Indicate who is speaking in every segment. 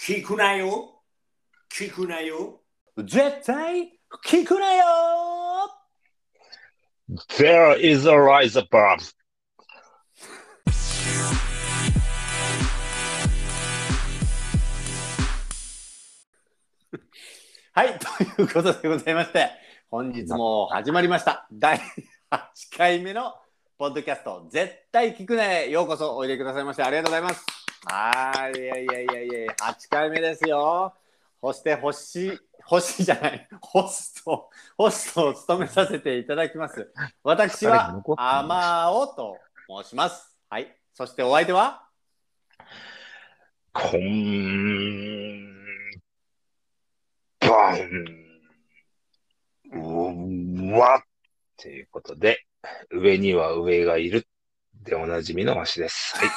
Speaker 1: 聞くなよ聞くなよ
Speaker 2: 絶対聞くなよ
Speaker 3: There is a rise above.
Speaker 2: はい、ということでございまして、本日も始まりました。第8回目のポッドキャスト、絶対聞くなよ。ようこそおいでくださいまして、ありがとうございます。はーい、いやいやいやいやいや、8回目ですよ。そして、星、星じゃない、ホスト、ホストを務めさせていただきます。私
Speaker 3: 誰か
Speaker 2: は
Speaker 3: 残っ、てんの
Speaker 2: あまおと申します。はい、そしてお相手は、
Speaker 3: こんばんは。ということで、上には上がいる。でおなじみのわしです。はい。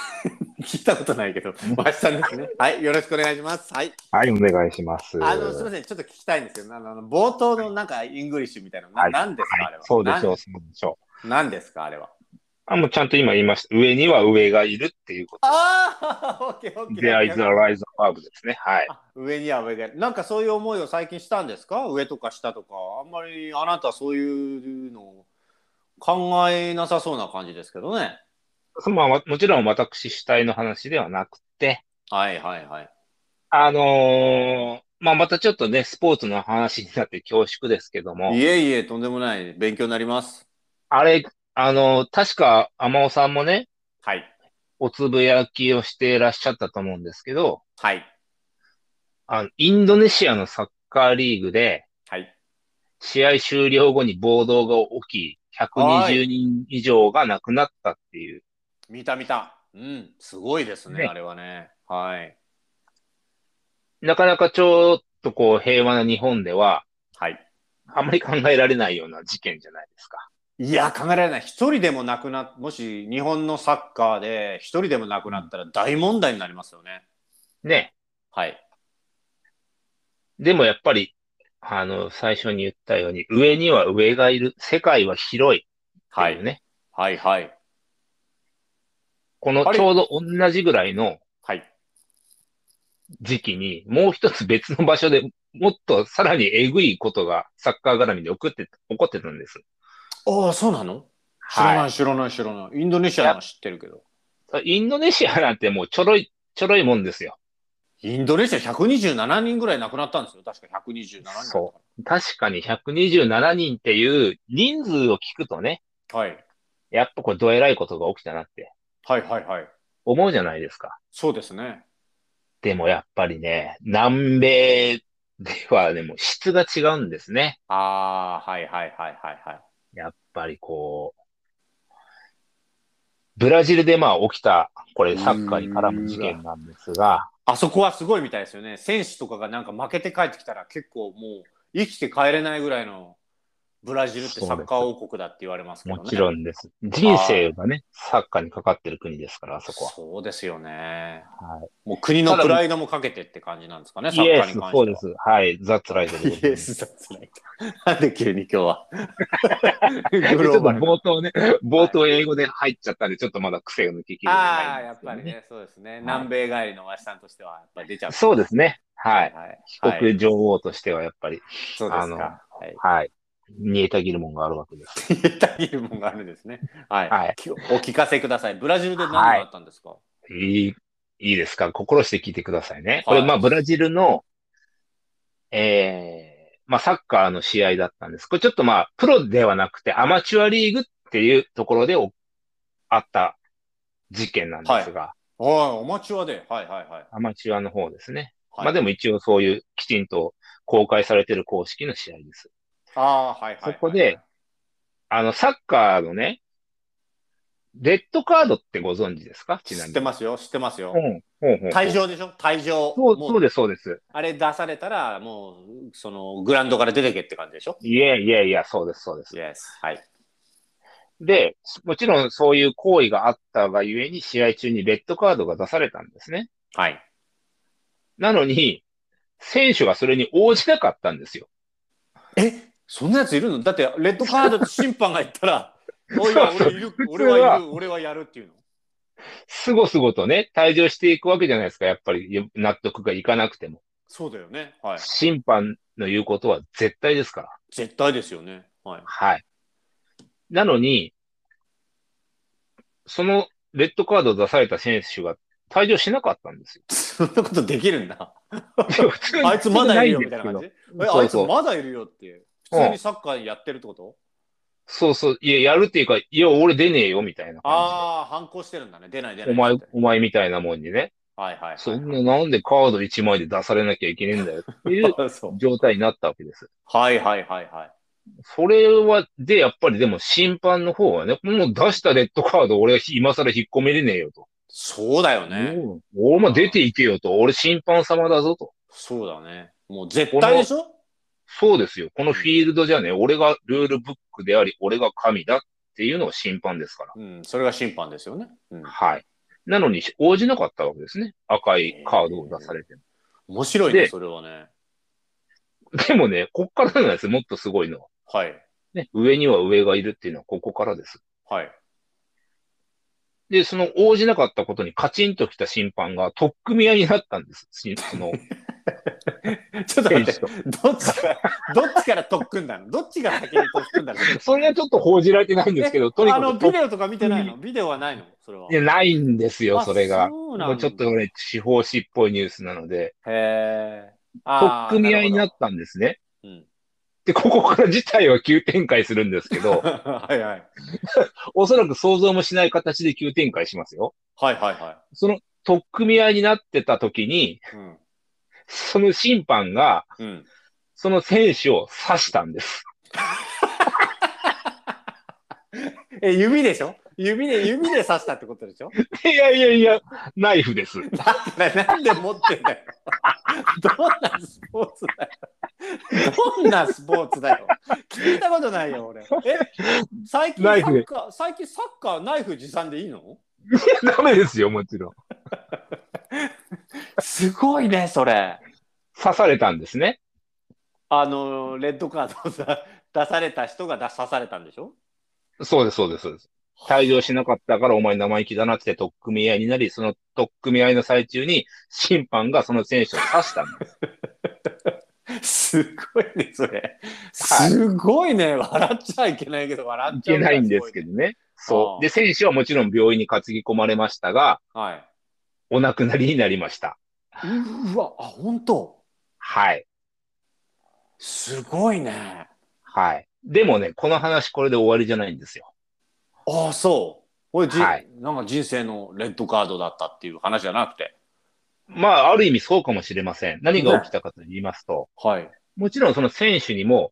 Speaker 2: 聞いたことないけど、わしさんですね。はい、よろしくお願いします。はい。
Speaker 3: はい、お願いします。
Speaker 2: あのすみません、ちょっと聞きたいんですけど、あのあの冒頭のなんかイングリッシュみたいな、
Speaker 3: は
Speaker 2: ないなんですか、あれは。
Speaker 3: そうでしょう、そうでしょう。
Speaker 2: な。なんですか、あれは。
Speaker 3: あ、もうちゃんと今言いました。上には上がいるっていうこと。
Speaker 2: ああ、オッケーオッケ
Speaker 3: There is a
Speaker 2: ー。
Speaker 3: rise above ですね。はい。
Speaker 2: あ上には上がいる。なんかそういう思いを最近したんですか上とか下とか。あんまりあなたそういうのを考えなさそうな感じですけどね。
Speaker 3: まあ、わもちろん私主体の話ではなくて、
Speaker 2: はいはいはい。
Speaker 3: あのーまあ、またちょっとね、スポーツの話になって恐縮ですけども
Speaker 2: い、えいえ、とんでもない。勉強になります。
Speaker 3: あれ、あのー確か、天尾さんもね、
Speaker 2: はい。
Speaker 3: おつぶやきをしていらっしゃったと思うんですけど、
Speaker 2: はい。
Speaker 3: あの、インドネシアのサッカーリーグで、
Speaker 2: はい。
Speaker 3: 試合終了後に暴動が起き、120人以上が亡くなったっていう、
Speaker 2: 見た見た。うん。すごいですね
Speaker 3: ね
Speaker 2: あれはね。はい。
Speaker 3: なかなかちょっとこう、平和な日本では、
Speaker 2: はい。
Speaker 3: あんまり考えられないような事件じゃないですか。
Speaker 2: いや、考えられない。一人でもなくなっ、もし日本のサッカーで一人でもなくなったら大問題になりますよね。
Speaker 3: ね。
Speaker 2: はい。
Speaker 3: でもやっぱり、あの、最初に言ったように、上には上がいる、世界は広いって。
Speaker 2: はいいう
Speaker 3: ね。
Speaker 2: はいはい。
Speaker 3: この
Speaker 2: あれ
Speaker 3: ちょうど同じぐらいの
Speaker 2: はい。
Speaker 3: 時期に、もう一つ別の場所でもっとさらにえぐいことがサッカー絡みで起こって、起こってたんです。
Speaker 2: ああ、そうなの知らない、知らない、知らない。インドネシアのは知ってるけど。
Speaker 3: インドネシアなんてもうちょろい、ちょろいもんですよ。
Speaker 2: インドネシア127人ぐらい亡くなったんですよ。確か127人だった。
Speaker 3: そ確かに127人っていう人数を聞くとね、
Speaker 2: はい。
Speaker 3: やっぱこれどえらいことが起きたなって
Speaker 2: はいはいはい。
Speaker 3: 思うじゃないですか。
Speaker 2: そうですね。
Speaker 3: でもやっぱりね、南米ではでも質が違うんですね。
Speaker 2: ああ、はいはいはいはいはい。
Speaker 3: やっぱりこう、ブラジルでまあ起きた、これサッカーに絡む事件なんですが、
Speaker 2: あそこはすごいみたいですよね。選手とかがなんか負けて帰ってきたら結構もう生きて帰れないぐらいのブラジルってサッカー王国だって言われますけどね。
Speaker 3: もちろんです。人生がね、サッカーにかかってる国ですから、あそこは。
Speaker 2: そうですよね。
Speaker 3: は
Speaker 2: もう国のプライドもかけてって感じなんですかね、
Speaker 3: い、
Speaker 2: サ
Speaker 3: イ
Speaker 2: ッ
Speaker 3: エ
Speaker 2: カー
Speaker 3: ス
Speaker 2: に関、
Speaker 3: そ
Speaker 2: し
Speaker 3: う
Speaker 2: て
Speaker 3: で
Speaker 2: は。
Speaker 3: す。はい、ザッツライトでございます。
Speaker 2: ス、さすがに。なんで急に今日 は。
Speaker 3: ち
Speaker 2: グ
Speaker 3: ょっ
Speaker 2: ロ
Speaker 3: と
Speaker 2: ーバルな
Speaker 3: 冒頭ね、冒頭英語で入っちゃったんで、ちょっとまだ癖の聞き
Speaker 2: あ
Speaker 3: な
Speaker 2: あ、
Speaker 3: いん
Speaker 2: や
Speaker 3: で
Speaker 2: っ
Speaker 3: すけど
Speaker 2: ぱり。ね、そうですね。南米帰りのわしさんとしては、やっぱり出ちゃう。
Speaker 3: そうですね。はい。
Speaker 2: はい。
Speaker 3: 帰
Speaker 2: はい
Speaker 3: 国女王としてはやっぱり、
Speaker 2: そうで
Speaker 3: あ
Speaker 2: す
Speaker 3: の
Speaker 2: か。はい
Speaker 3: はい。煮えたぎるもんがあるわけです。
Speaker 2: 言ったぎるもんがあるんですね。はい。
Speaker 3: はい
Speaker 2: きお聞かせください。ブラジルで何があったんですか、
Speaker 3: いい、いいですか心して聞いてくださいね。これ、
Speaker 2: はい
Speaker 3: まあ、ブラジルの、ええまあ、サッカーの試合だったんです。これちょっとまあ、プロではなくて、アマチュアリーグっていうところでおあった事件なんですが、
Speaker 2: はい、お待ちはで。はいはいはい。
Speaker 3: アマチュアの方ですね。
Speaker 2: はい、
Speaker 3: まあ、でも一応そういうきちんと公開されてる公式の試合です。
Speaker 2: ああー、はいはい、はい。
Speaker 3: そこで、あの、サッカーのね、レッドカードってご存知ですかち
Speaker 2: 知
Speaker 3: な
Speaker 2: っ
Speaker 3: みに。
Speaker 2: てますよ、知ってますよ
Speaker 3: うん。。ほうほうほう
Speaker 2: 退場でしょ退場。
Speaker 3: そう、
Speaker 2: も
Speaker 3: そうです、そうです。
Speaker 2: あれ出されたら、もう、その、グラウンドから出てけって感じでしょ
Speaker 3: いやいやいや、そうです、そうです。
Speaker 2: ?Yes。はい。
Speaker 3: で、もちろんそういう行為があったがゆえに、試合中にレッドカードが出されたんですね。
Speaker 2: はい。
Speaker 3: なのに、選手がそれに応じなかったんですよ。
Speaker 2: えそんなやついるのだって、 レッドカードって審判が言ったら、おいや、俺いる、
Speaker 3: 普通
Speaker 2: 俺
Speaker 3: は
Speaker 2: はいる、俺はやるっていうの。
Speaker 3: すごすごとね、退場していくわけじゃないですか、やっぱり納得がいかなくても。
Speaker 2: そうだよね。はい。
Speaker 3: 審判の言うことは絶対ですから。
Speaker 2: 絶対ですよね。はい。
Speaker 3: はい。なのに、そのレッドカードを出された選手が退場しなかった んですよ。
Speaker 2: そんなことできるんだ。
Speaker 3: 普通に
Speaker 2: あいつまだいるよみたいな感じ。え、あいつ
Speaker 3: そうそう
Speaker 2: まだいるよっていう。普通にサッカーやってるってこと
Speaker 3: そうそう、いや、やるっていうか、いや、俺出ねえよ、みたいな感
Speaker 2: ああ、反抗してるんだね。出ない出
Speaker 3: じ
Speaker 2: ない。
Speaker 3: で。お前
Speaker 2: はい、
Speaker 3: お前みたいなもんにね。
Speaker 2: はいはい。
Speaker 3: そんな、なんでカード1枚で出されなきゃいけねえんだよっていう
Speaker 2: そう
Speaker 3: 状態になったわけです。
Speaker 2: はいはいはいはい。
Speaker 3: それは、で、やっぱりでも審判の方はね、もう出したレッドカード、俺は今更引っ込めれねえよと。
Speaker 2: そうだよね。
Speaker 3: もう俺も出ていけよと。俺審判様だぞと。
Speaker 2: そうだね。もう絶対でしょ
Speaker 3: そうですよ。このフィールドじゃね、俺がルールブックであり、俺が神だっていうのが審判ですから。
Speaker 2: うん、それが審判ですよね。うん。
Speaker 3: はい。なのに応じなかったわけですね。赤いカードを出されても。
Speaker 2: 面白いね、
Speaker 3: で
Speaker 2: それはね。
Speaker 3: でもね、こっからなんですよ。もっとすごいのは。
Speaker 2: はい。
Speaker 3: ね、上には上がいるっていうのはここからです。
Speaker 2: はい。
Speaker 3: で、その応じなかったことにカチンときた審判が取っ組み合いになったんです。しその
Speaker 2: ちょっと待
Speaker 3: 選
Speaker 2: って
Speaker 3: 手、と。
Speaker 2: どっちから、 どっちから特訓だのどっちが先に特訓だの
Speaker 3: それはちょっと報じられてないんですけど、とに
Speaker 2: あ
Speaker 3: か
Speaker 2: の、
Speaker 3: く
Speaker 2: ビ
Speaker 3: 取っ
Speaker 2: デオとか見てないのビデオはないのそれは。
Speaker 3: いやないんですよ、
Speaker 2: あ
Speaker 3: それが。
Speaker 2: そうなん
Speaker 3: も
Speaker 2: だ
Speaker 3: うちょっとね、地方紙っぽいニュースなので、
Speaker 2: へえ。
Speaker 3: 取
Speaker 2: あ
Speaker 3: っ
Speaker 2: ー
Speaker 3: 組み合いになったんですね。
Speaker 2: なる
Speaker 3: で、ここから事態は急展開するんですけ
Speaker 2: ほ ど、
Speaker 3: ど
Speaker 2: うん。はいはい。
Speaker 3: おそらく想像もしない形で急展開しますよ。
Speaker 2: はいはいは
Speaker 3: その取っ組み合いになってた時に、
Speaker 2: い。うん。
Speaker 3: その審判が、
Speaker 2: うん。
Speaker 3: その選手を刺したんです。
Speaker 2: え、指でしょ指で、指で刺したってことでしょ
Speaker 3: いやいやいや、ナイフです。
Speaker 2: ななんで持ってんだよ。 どんなスポーツだよ。 どんなスポーツだよ。聞いたことないよ、俺。え、最近サ
Speaker 3: ナイフ
Speaker 2: ッ
Speaker 3: で
Speaker 2: カー、最近サッカーナイフ持参でいいの
Speaker 3: ダメですよ、もちろん。
Speaker 2: すごいね、それ。
Speaker 3: 刺されたんですね。
Speaker 2: あの、レッドカードをさ出された人が出刺されたんでしょ
Speaker 3: そうです、そうです、そうです。退場しなかったからお前生意気だなって取っ組み合いになり、その取っ組み合いの最中に審判がその選手を刺したんです。
Speaker 2: すごいね、それ。すごいね、笑っちゃいけないけど、笑っ
Speaker 3: い
Speaker 2: ちゃう
Speaker 3: け
Speaker 2: ぐら
Speaker 3: ないんですけどね。
Speaker 2: あ
Speaker 3: そ
Speaker 2: あ
Speaker 3: う。で、選手はもちろん病院に担ぎ込まれましたが、
Speaker 2: すごいね。はい。
Speaker 3: お亡くなりになりました。
Speaker 2: うーわ、あ、本当。
Speaker 3: はい。
Speaker 2: すごいね。
Speaker 3: はい。でもね、この話これで終わりじゃないんですよ。
Speaker 2: ああ、そう。これ、じ
Speaker 3: はい
Speaker 2: なんか人生のレッドカードだったっていう話じゃなくて。
Speaker 3: まあ、ある意味そうかもしれません。何が起きたかと言いますと、
Speaker 2: はい。
Speaker 3: もちろんその選手にも、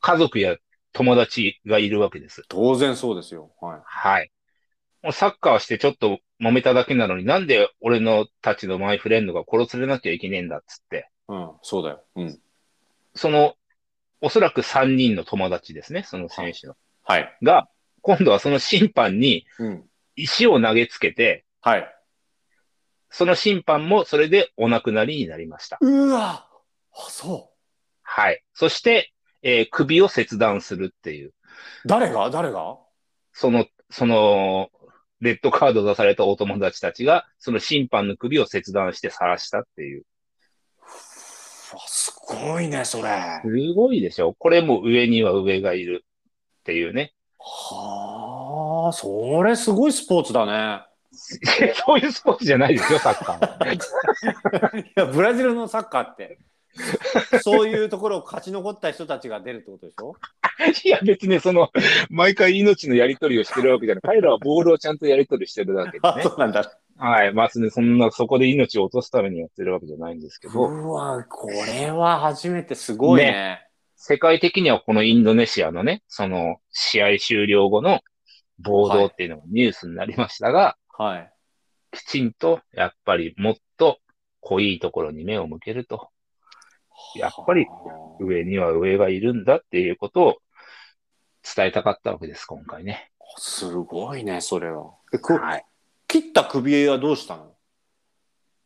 Speaker 3: 家族や友達がいるわけです。
Speaker 2: 当然そうですよ。はい。
Speaker 3: はい。もうサッカーしてちょっと揉めただけなのになんで俺のたちのマイフレンドが殺されなきゃいけねえんだっつって、
Speaker 2: うん、そうだよ。うん。
Speaker 3: その、おそらく3人の友達ですね、その選手の。
Speaker 2: はい。
Speaker 3: が、今度はその審判に
Speaker 2: うん。
Speaker 3: 石を投げつけて、
Speaker 2: はい。
Speaker 3: その審判もそれでお亡くなりになりました。
Speaker 2: うわ。あ、そ
Speaker 3: はい。そして、えー首を切断するっていう、
Speaker 2: う。誰が、誰が。
Speaker 3: その、その、レッドカード出されたお友達たちが、その審判の首を切断して晒したっていう。
Speaker 2: うわすごいね、それ。は
Speaker 3: すごいでしょこれも上には上がいるっていうね。
Speaker 2: あ、それすごいスポーツだね。
Speaker 3: そういうスポーツじゃないですよ、サッカーは。
Speaker 2: いやブラジルのサッカーってそういうところを勝ち残った人たちが出るってことでしょ
Speaker 3: いや、別にその、毎回命のやり取りをしてるわけじゃない。彼らはボールをちゃんとやり取りしてるだ けでね。
Speaker 2: うなんだ。
Speaker 3: はい。まあ、そんなそんな、そこで命を落とすためにやってるわけじゃないんですけど、
Speaker 2: うわこれは初めてすごいね。
Speaker 3: 世界的にはこのインドネシアのね、その、試合終了後の暴動っていうのがニュースになりましたが、
Speaker 2: はい。
Speaker 3: きちんと、やっぱりもっと濃いところに目を向けると。やっぱり
Speaker 2: は
Speaker 3: 上には上がいるんだっていうことを伝えたかったわけです、今回ね。
Speaker 2: あすごいねそれは。えこ
Speaker 3: はい
Speaker 2: 切った首はどうしたの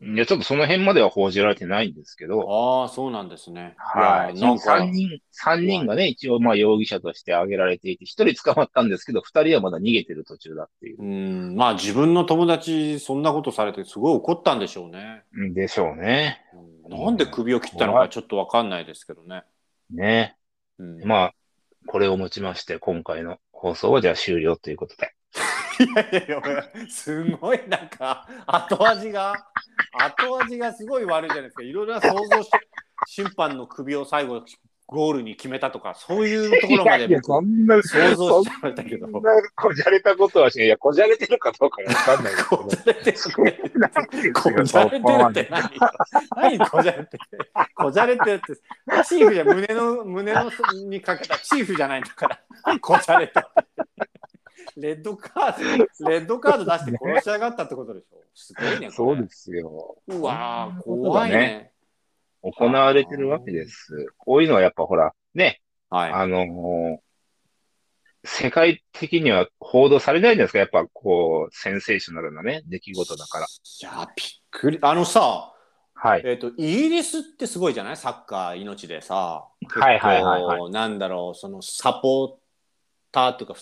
Speaker 3: いや、ちょっとその辺までは報じられてないんですけど、
Speaker 2: ああ、そうなんですね。
Speaker 3: はいい。
Speaker 2: やなんか
Speaker 3: 3、人、三人がね、一応、まあ、容疑者として挙げられていて、1人捕まったんですけど、2人はまだ逃げてる途中だっていう。
Speaker 2: うん、まあ自分の友達、そんなことされて、すごい怒ったんでしょうね。
Speaker 3: うんでしょうね。
Speaker 2: うんなんで首を切ったのかちょっとわかんないですけどね。
Speaker 3: ね。
Speaker 2: うん、
Speaker 3: まあ、これをもちまして、今回の放送はじゃあ終了ということで。
Speaker 2: いやいやいや俺、すごいなんか、後味が、後味がすごい悪いじゃないですか。いろいろな想像して、審判の首を最後、ゴールに決めたとか、そういうところまで僕想
Speaker 3: んな、
Speaker 2: 像しちゃいましたけど。
Speaker 3: そんなこじゃれたことはしない。いや、こじゃれてるかどうかわかんないですけど。
Speaker 2: こじゃれてるこじゃれてるって何何こじゃれてるこじゃれてるって、チーフじゃ、胸の、胸のにかけたチーフじゃないんだから、何こじゃれてるレッドカード、レッドカード出して殺し上がったってことでしょ。すごいね、
Speaker 3: そう
Speaker 2: す
Speaker 3: ですよ。
Speaker 2: うわー
Speaker 3: そういうこと
Speaker 2: 怖い
Speaker 3: だ
Speaker 2: ね。
Speaker 3: 行われてるわけです。こういうのはやっぱほら、ね、
Speaker 2: はい。
Speaker 3: あのー世界的には報道されないじゃないですか。やっぱこう、センセーショナルなね、出来事だから。
Speaker 2: いやー、びっくり。あのさ、
Speaker 3: はい。
Speaker 2: えっ、と、イギリスってすごいじゃないサッカー命でさ。
Speaker 3: はいはいはいはい
Speaker 2: こうなんだろう、そのサポーターとか、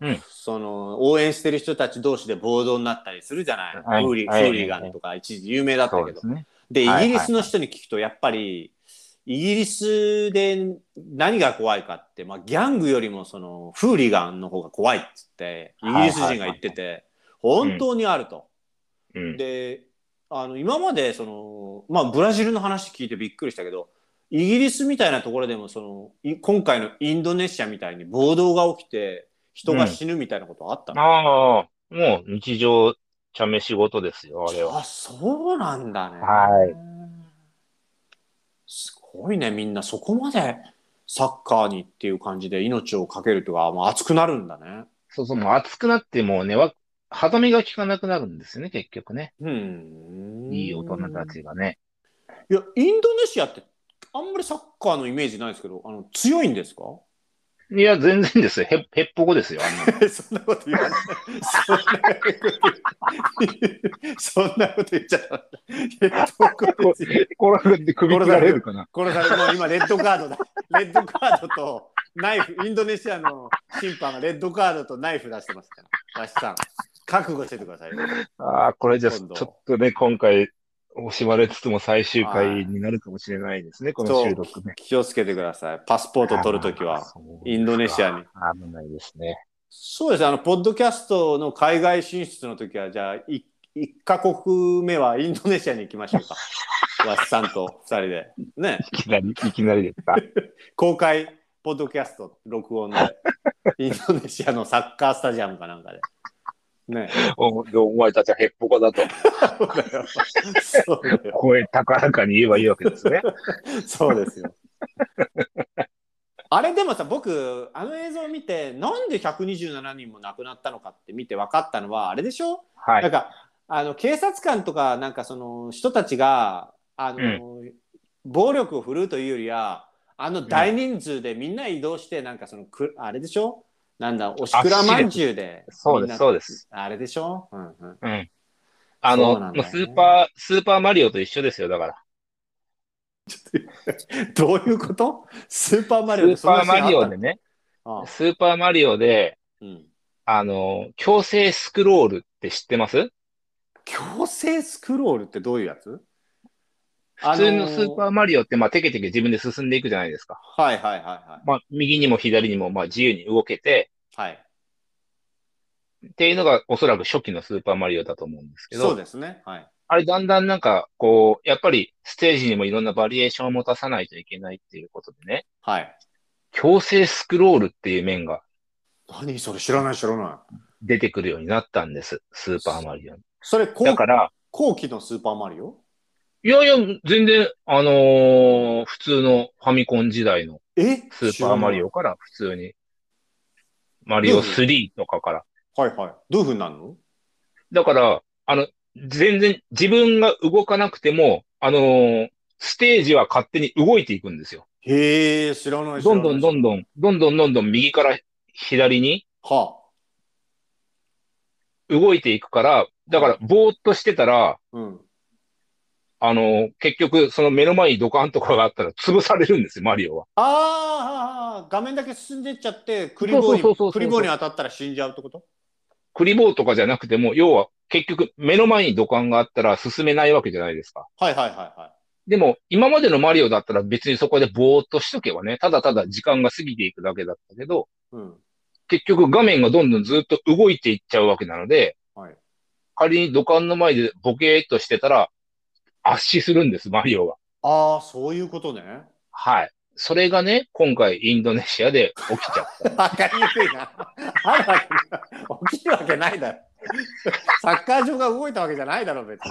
Speaker 3: うん
Speaker 2: その応援してる人たち同士で暴動になったりするじゃない、
Speaker 3: はい
Speaker 2: フーリ
Speaker 3: はい
Speaker 2: フーリガンとか一時有名だった
Speaker 3: そう
Speaker 2: け
Speaker 3: で
Speaker 2: ど。
Speaker 3: すね。
Speaker 2: で、イ
Speaker 3: はい
Speaker 2: ギリスの人に聞くと、やっぱり、イギリスで何が怖いかって、まあ、ギャングよりもそのフーリガンの方が怖いっつって、イギリス人が言ってて、本当にあると。
Speaker 3: うん。
Speaker 2: で、あの、今まで、その、まあ、ブラジルの話聞いてびっくりしたけど、イギリスみたいなところでも、その、い今回のインドネシアみたいに暴動が起きて、人が死ぬみたいなことあったの、
Speaker 3: ああ、もう日常、茶飯事ですよ、あれは。
Speaker 2: あ、そうなんだね。
Speaker 3: はい
Speaker 2: すごいね、みんなそこまでサッカーにっていう感じで命をかけるとか、まあ、熱くなるんだね。
Speaker 3: そうそう、もう暑くなってもうね、わ歯止めが効かなくなるんですよね、結局ね。
Speaker 2: うん。
Speaker 3: いい大人たちがね。
Speaker 2: いや、インドネシアって、あんまりサッカーのイメージないですけど、あの、強いんですか
Speaker 3: いや、全然ですよ。へ、へっぽこですよ、あん なの
Speaker 2: そんなこと言わない。そんなこと言そんなこと言っちゃった。
Speaker 3: コラで首
Speaker 2: 切られる
Speaker 3: かな。
Speaker 2: 殺されもう今レッドカードだ。 レッドカードとナイフ、インドネシアの審判がレッドカードとナイフ出してますから。わしさん、覚悟しててください。
Speaker 3: ああ、これじゃ、ち
Speaker 2: 今度
Speaker 3: ょっとね、今回、惜しまれつつも最終回になるかもしれないですね、この収録ね。
Speaker 2: 気をつけてください。パスポート取るとき
Speaker 3: あー
Speaker 2: は、
Speaker 3: そう
Speaker 2: インドネシアに。
Speaker 3: 危ないですね。
Speaker 2: そうですねあの、ポッドキャストの海外進出の時は、じゃあ、い一カ国目はインドネシアに行きましょう か。わしさんと二人で。ね。
Speaker 3: いきなり、いきなりですか。
Speaker 2: 公開ポッドキャスト録音で インドネシアのサッカースタジアムかなんかで。ね
Speaker 3: お、でお前たちはへっぽこだと、
Speaker 2: そうだよ。そうだよ。
Speaker 3: 声高らかに言えばいいわけですね。
Speaker 2: そうですよ。あれでもさ僕あの映像を見てなんで127人も亡くなったのかって見て分かったのはあれでしょ、
Speaker 3: は
Speaker 2: なん
Speaker 3: い。
Speaker 2: かあの警察官とかなんかその人たちがあの、暴力を振るうというよりはあの大人数でみんな移動してなんかそのくあれでしょなんだおしくらまんじゅうで
Speaker 3: そうです、そう
Speaker 2: で
Speaker 3: です。
Speaker 2: あれでしょ、うんうん、
Speaker 3: うん。あ
Speaker 2: そ
Speaker 3: の、
Speaker 2: うなんだ
Speaker 3: も
Speaker 2: よね
Speaker 3: うスーパー、スーパーマリオと一緒ですよ、だから。
Speaker 2: どういうことスーパーマリオで
Speaker 3: スーパーマリオで
Speaker 2: ね
Speaker 3: ね、
Speaker 2: ああ
Speaker 3: スーパーマリオで、
Speaker 2: うん、
Speaker 3: あの、強制スクロールって知ってます
Speaker 2: 強制スクロールってどういうやつ
Speaker 3: 普通のスーパ
Speaker 2: ー
Speaker 3: ーマリオって、まあ、テケテケ自分で進んでいくじゃないですか。
Speaker 2: はいはいはいはい
Speaker 3: まあ、右にも左にも、まあ、自由に動けて、
Speaker 2: はい
Speaker 3: っていうのがおそらく初期のスーパーマリオだと思うんですけ
Speaker 2: そう
Speaker 3: ど、
Speaker 2: ですねはい
Speaker 3: あれだんだんなんか、こう、やっぱりステージにもいろんなバリエーションを持たさないといけないっていうことでね、
Speaker 2: はい
Speaker 3: 強制スクロールっていう面が
Speaker 2: 何それ知らない知らない
Speaker 3: 出てくるようになったんです、スーパーマリオに。
Speaker 2: それ後
Speaker 3: だから、
Speaker 2: 後期のスーパーマリオ
Speaker 3: いやいや、全然、あのー普通のファミコン時代の
Speaker 2: え
Speaker 3: スーパーマリ
Speaker 2: オ
Speaker 3: オから普通に、マリオ3とかから。
Speaker 2: はいはいどういうふうになるの
Speaker 3: だから、あの、全然自分が動かなくても、あのーステージは勝手に動いていくんですよ。
Speaker 2: へえ知らない知ら
Speaker 3: ど
Speaker 2: なんい
Speaker 3: どんどんどん、どんどんどんどん右から左に
Speaker 2: は
Speaker 3: 動いていくから、だから、ぼーっとしてたら、
Speaker 2: あうん
Speaker 3: あの、結局、その目の前にドカンとかがあったら潰されるんですよ、マリオは。
Speaker 2: あーあーあー画面だけ進んでっちゃってクリボーに
Speaker 3: そうそうそうそう
Speaker 2: クリボーに当たったら死んじゃうってこと
Speaker 3: クリボーとかじゃなくても、要は結局目の前に土管があったら進めないわけじゃないですか。
Speaker 2: はいはいはいは
Speaker 3: でも、今までのマリオだったら別にそこでぼーっとしとけばね、ただただ時間が過ぎていくだけだったけど、
Speaker 2: い。うん。
Speaker 3: 結局画面がどんどんずっと動いていっちゃうわけなので、
Speaker 2: はい
Speaker 3: 仮に土管の前でボケーっとしてたら、圧死するんです、マリオは。
Speaker 2: ああ、そういうことね。
Speaker 3: はい。それがね、今回インドネシアで起きちゃった。
Speaker 2: わかりにくいな。あるわけない起きるわけないだろ。サッカー場が動いたわけじゃないだろ、別に。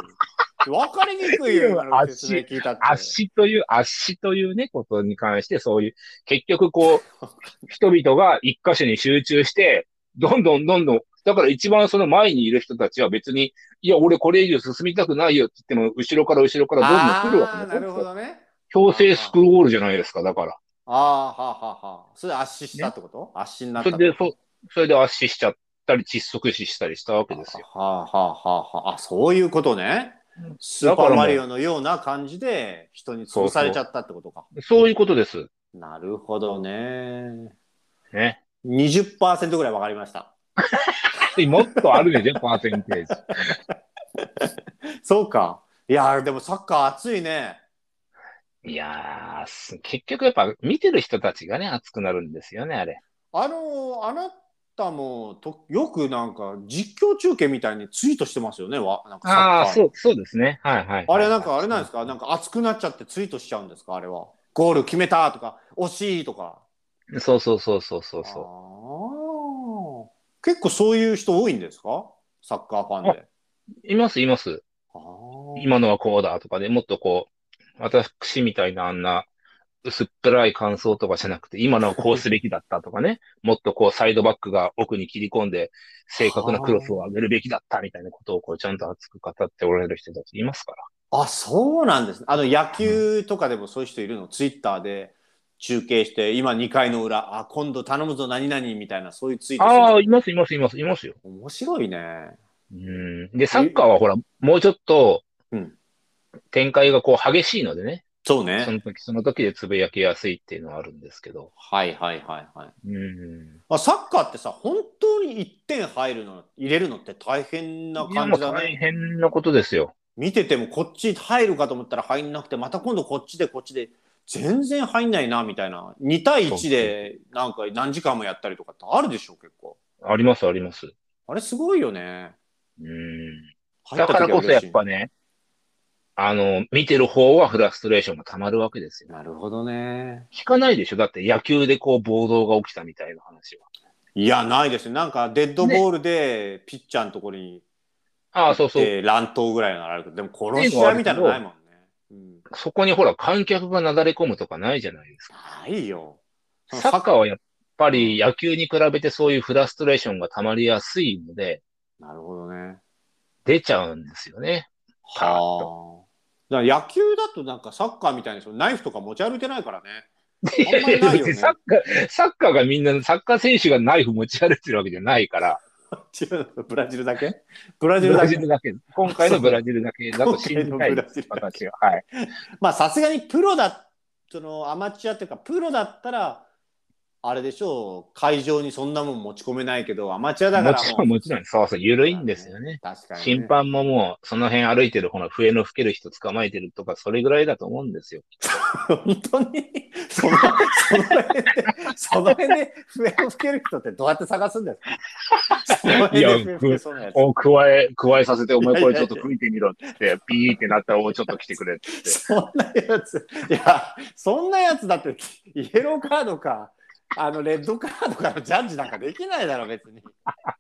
Speaker 2: わかりにくいよ、今の説明聞いたって。
Speaker 3: 圧死という、圧死というね、ことに関して、そういう、結局こう、 人々が一箇所に集中して、どんどんどんどん、だから一番その前にいる人たちは別に、いや、俺これ以上進みたくないよって言っても、後ろから後ろから
Speaker 2: あ
Speaker 3: どんどん来るわ
Speaker 2: あ
Speaker 3: け
Speaker 2: ー
Speaker 3: で
Speaker 2: な
Speaker 3: す
Speaker 2: る
Speaker 3: よ
Speaker 2: ほどね。
Speaker 3: 強制スクロールじゃないですか、だから。
Speaker 2: ああ、はあはあはあ。それで圧死したってこと、圧死になっ
Speaker 3: そ
Speaker 2: た
Speaker 3: れ
Speaker 2: って
Speaker 3: で、
Speaker 2: こと
Speaker 3: そ、それで圧死しちゃったり、窒息死したりしたわけですよ。
Speaker 2: はあはあはあはあ。あ、そういうことね
Speaker 3: うん。
Speaker 2: スーパーマリオのような感じで人に潰されちゃったってことか。
Speaker 3: そういうことです。
Speaker 2: なるほどね。
Speaker 3: ね。
Speaker 2: 20%ぐらいわかりました。
Speaker 3: もっとあるでしょ、パーセンテージ。
Speaker 2: そうか。いやーでもサッカー熱いね。
Speaker 3: いやーす、結局やっぱ見てる人たちがね、熱くなるんですよね、あれ。
Speaker 2: あのーあなたもとよくなんか実況中継みたいにツイートしてますよね。わなんかサッカー
Speaker 3: ああ、そう、そうですね。はいはい。
Speaker 2: あれなんかあれなんですかなんか熱くなっちゃってツイートしちゃうんですかあれは。ゴール決めたとか惜しいとか。
Speaker 3: そうそうそうそうそうそ
Speaker 2: そう結構そういう人多いんですかサッカーファンで。
Speaker 3: う。います、います。
Speaker 2: あー
Speaker 3: 今のはこうだとかで、もっとこう、私みたいなあんな薄っぺらい感想とかじゃなくて、今のはこうすべきだったとかね、 もっとこうサイドバックが奥に切り込んで、正確なクロスを上げるべきだったみたいなことをこうちゃんと熱く語っておられる人たちいますから。
Speaker 2: あそうなんですね。あの野球とかでもそういう人いるの、ツイッターで中継して今2回の裏あ今度頼むぞ何々みたいなそういうツイートする
Speaker 3: あ
Speaker 2: 人
Speaker 3: あ、います、います、います、いますよ。
Speaker 2: 面白いね。
Speaker 3: うん。で、サッカーはほら、もうちょっと
Speaker 2: うん、
Speaker 3: 展開がこう激しいのでね、
Speaker 2: そう
Speaker 3: そ
Speaker 2: ね。
Speaker 3: の時その時でつぶやきやすいっていうのはあるんですけど。
Speaker 2: はいはいはいはい。
Speaker 3: うん。
Speaker 2: あサッカーってさ本当に1点入るの入れるのって大変な感じだ
Speaker 3: いやもう大
Speaker 2: ね。
Speaker 3: 変なことですよ。
Speaker 2: 見ててもこっち入るかと思ったら入んなくてまた今度こっちでこっちで全然入んないなみたいな2対1でなんか何時間もやったりとかってあるでしょ結構。
Speaker 3: あります、あります。
Speaker 2: あれすごいよね。
Speaker 3: うん。
Speaker 2: 入
Speaker 3: だ
Speaker 2: った
Speaker 3: から
Speaker 2: 時は
Speaker 3: こそや
Speaker 2: 嬉し
Speaker 3: っ
Speaker 2: い
Speaker 3: ぱね、あの、見てる方はフラストレーションが溜まるわけですよ。
Speaker 2: なるほどね。
Speaker 3: 聞かないでしょだって野球でこう暴動が起きたみたいな話は。
Speaker 2: いやないですよなんかデッドボールでピッチャーのところに
Speaker 3: ああ、そうそう。
Speaker 2: で乱闘ぐらいならあるけどでも殺し合いみたいなのないもんね。うん
Speaker 3: そこにほら観客がなだれ込むとかないじゃないですか。
Speaker 2: ないよ。
Speaker 3: サッカーはやっぱり野球に比べてそういうフラストレーションが溜まりやすいので、
Speaker 2: なるほどね。
Speaker 3: 出ちゃうんですよね。パーッ
Speaker 2: はあ。だから野球だとなんかサッカーみたいにそのナイフとか持ち歩いてないからね。あんまりないよね
Speaker 3: サッカー、サッカーがみんな、サッカー選手がナイフ持ち歩いてるわけじゃないから、
Speaker 2: 違うブラジルだけブラジ
Speaker 3: ブ
Speaker 2: ル
Speaker 3: ラ
Speaker 2: だ
Speaker 3: ジ
Speaker 2: け
Speaker 3: ルだけ、今回のブラジルだけ だと信じたい
Speaker 2: 今回のブラジルだ
Speaker 3: 私は。はい。
Speaker 2: まあさすがにプロだ、そのアマチュアっていうかプロだったら、あれでしょう、会場にそんなもん持ち込めないけど、アマチュアだか
Speaker 3: も
Speaker 2: ら
Speaker 3: ちろん、もちろん、そうそう、緩いんですよね。。
Speaker 2: 確かに、ね。
Speaker 3: 審判ももう、その辺歩いてる、この笛の吹ける人捕まえてるとか、それぐらいだと思うんですよ。
Speaker 2: 本当にその、その辺で、その辺で笛を吹ける人ってどうやって探すんですかその辺で笛吹けそうなやつ。
Speaker 3: お、加え、加えさせて、お
Speaker 2: 前これちょっと
Speaker 3: 吹いてみろって、 ピーってなったら、お、ちょっと来てくれって。
Speaker 2: そんなやつ、いや、そんなやつだって、イエローカードか、あのレッドカードかのジャッジなんかできないだろ、別に。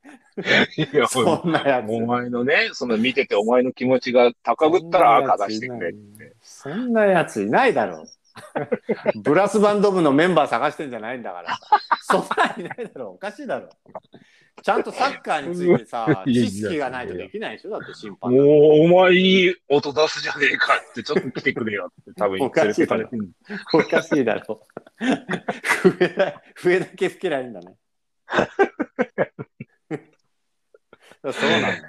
Speaker 3: いや、
Speaker 2: そんなやつ。
Speaker 3: お前のね、その見ててお前の気持ちが高ぶったら赤出してくれ。
Speaker 2: そんなやついないだろ。 ブラスバンド部のメンバー探してんじゃないんだから。そんなんいないだろ、おかしいだろ。ちゃんとサッカーについてさ、
Speaker 3: いやいや
Speaker 2: 知識がないとできないでしょ、だって審判。
Speaker 3: もう、お前いい音出すじゃねえかって、ちょっと来てくれよって、多分
Speaker 2: おかしいだろ
Speaker 3: 連れてかれてん
Speaker 2: おかしいだろ。 笛だ笛だけ吹 けりゃいいんだね。そうなんだよ。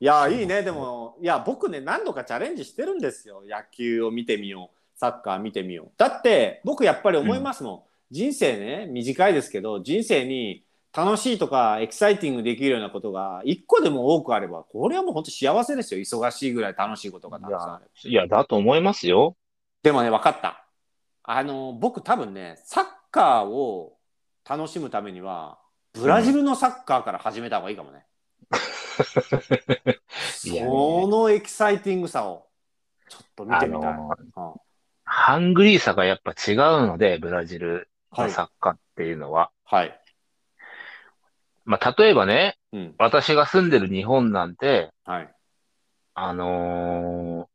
Speaker 2: いや、いいね。でも、いや、僕ね、何度かチャレンジしてるんですよ。野球を見てみよう。サッカー見てみよう。だって、僕やっぱり思いますもん。人生ね、短いですけど、人生に楽しいとか、エキサイティングできるようなことが、一個でも多くあれば、これはもう本当幸せですよ。忙しいぐらい楽しいことがたくさんあれば。
Speaker 3: いや、だと思いますよ。
Speaker 2: でもね、分かった。あの、僕多分ね、サッカーを楽しむためには、ブラジルのサッカーから始めた方がいいかもね。
Speaker 3: いやね
Speaker 2: そのエキサイティングさを、ちょっと見
Speaker 3: あ
Speaker 2: てみたい。
Speaker 3: の、
Speaker 2: うん
Speaker 3: ハングリーさがやっぱ違うので、ブラジルのサッカーっていうのは。
Speaker 2: はい。
Speaker 3: まあ、例えばね、
Speaker 2: うん。
Speaker 3: 私が住んでる日本なんて、
Speaker 2: はい。
Speaker 3: あのー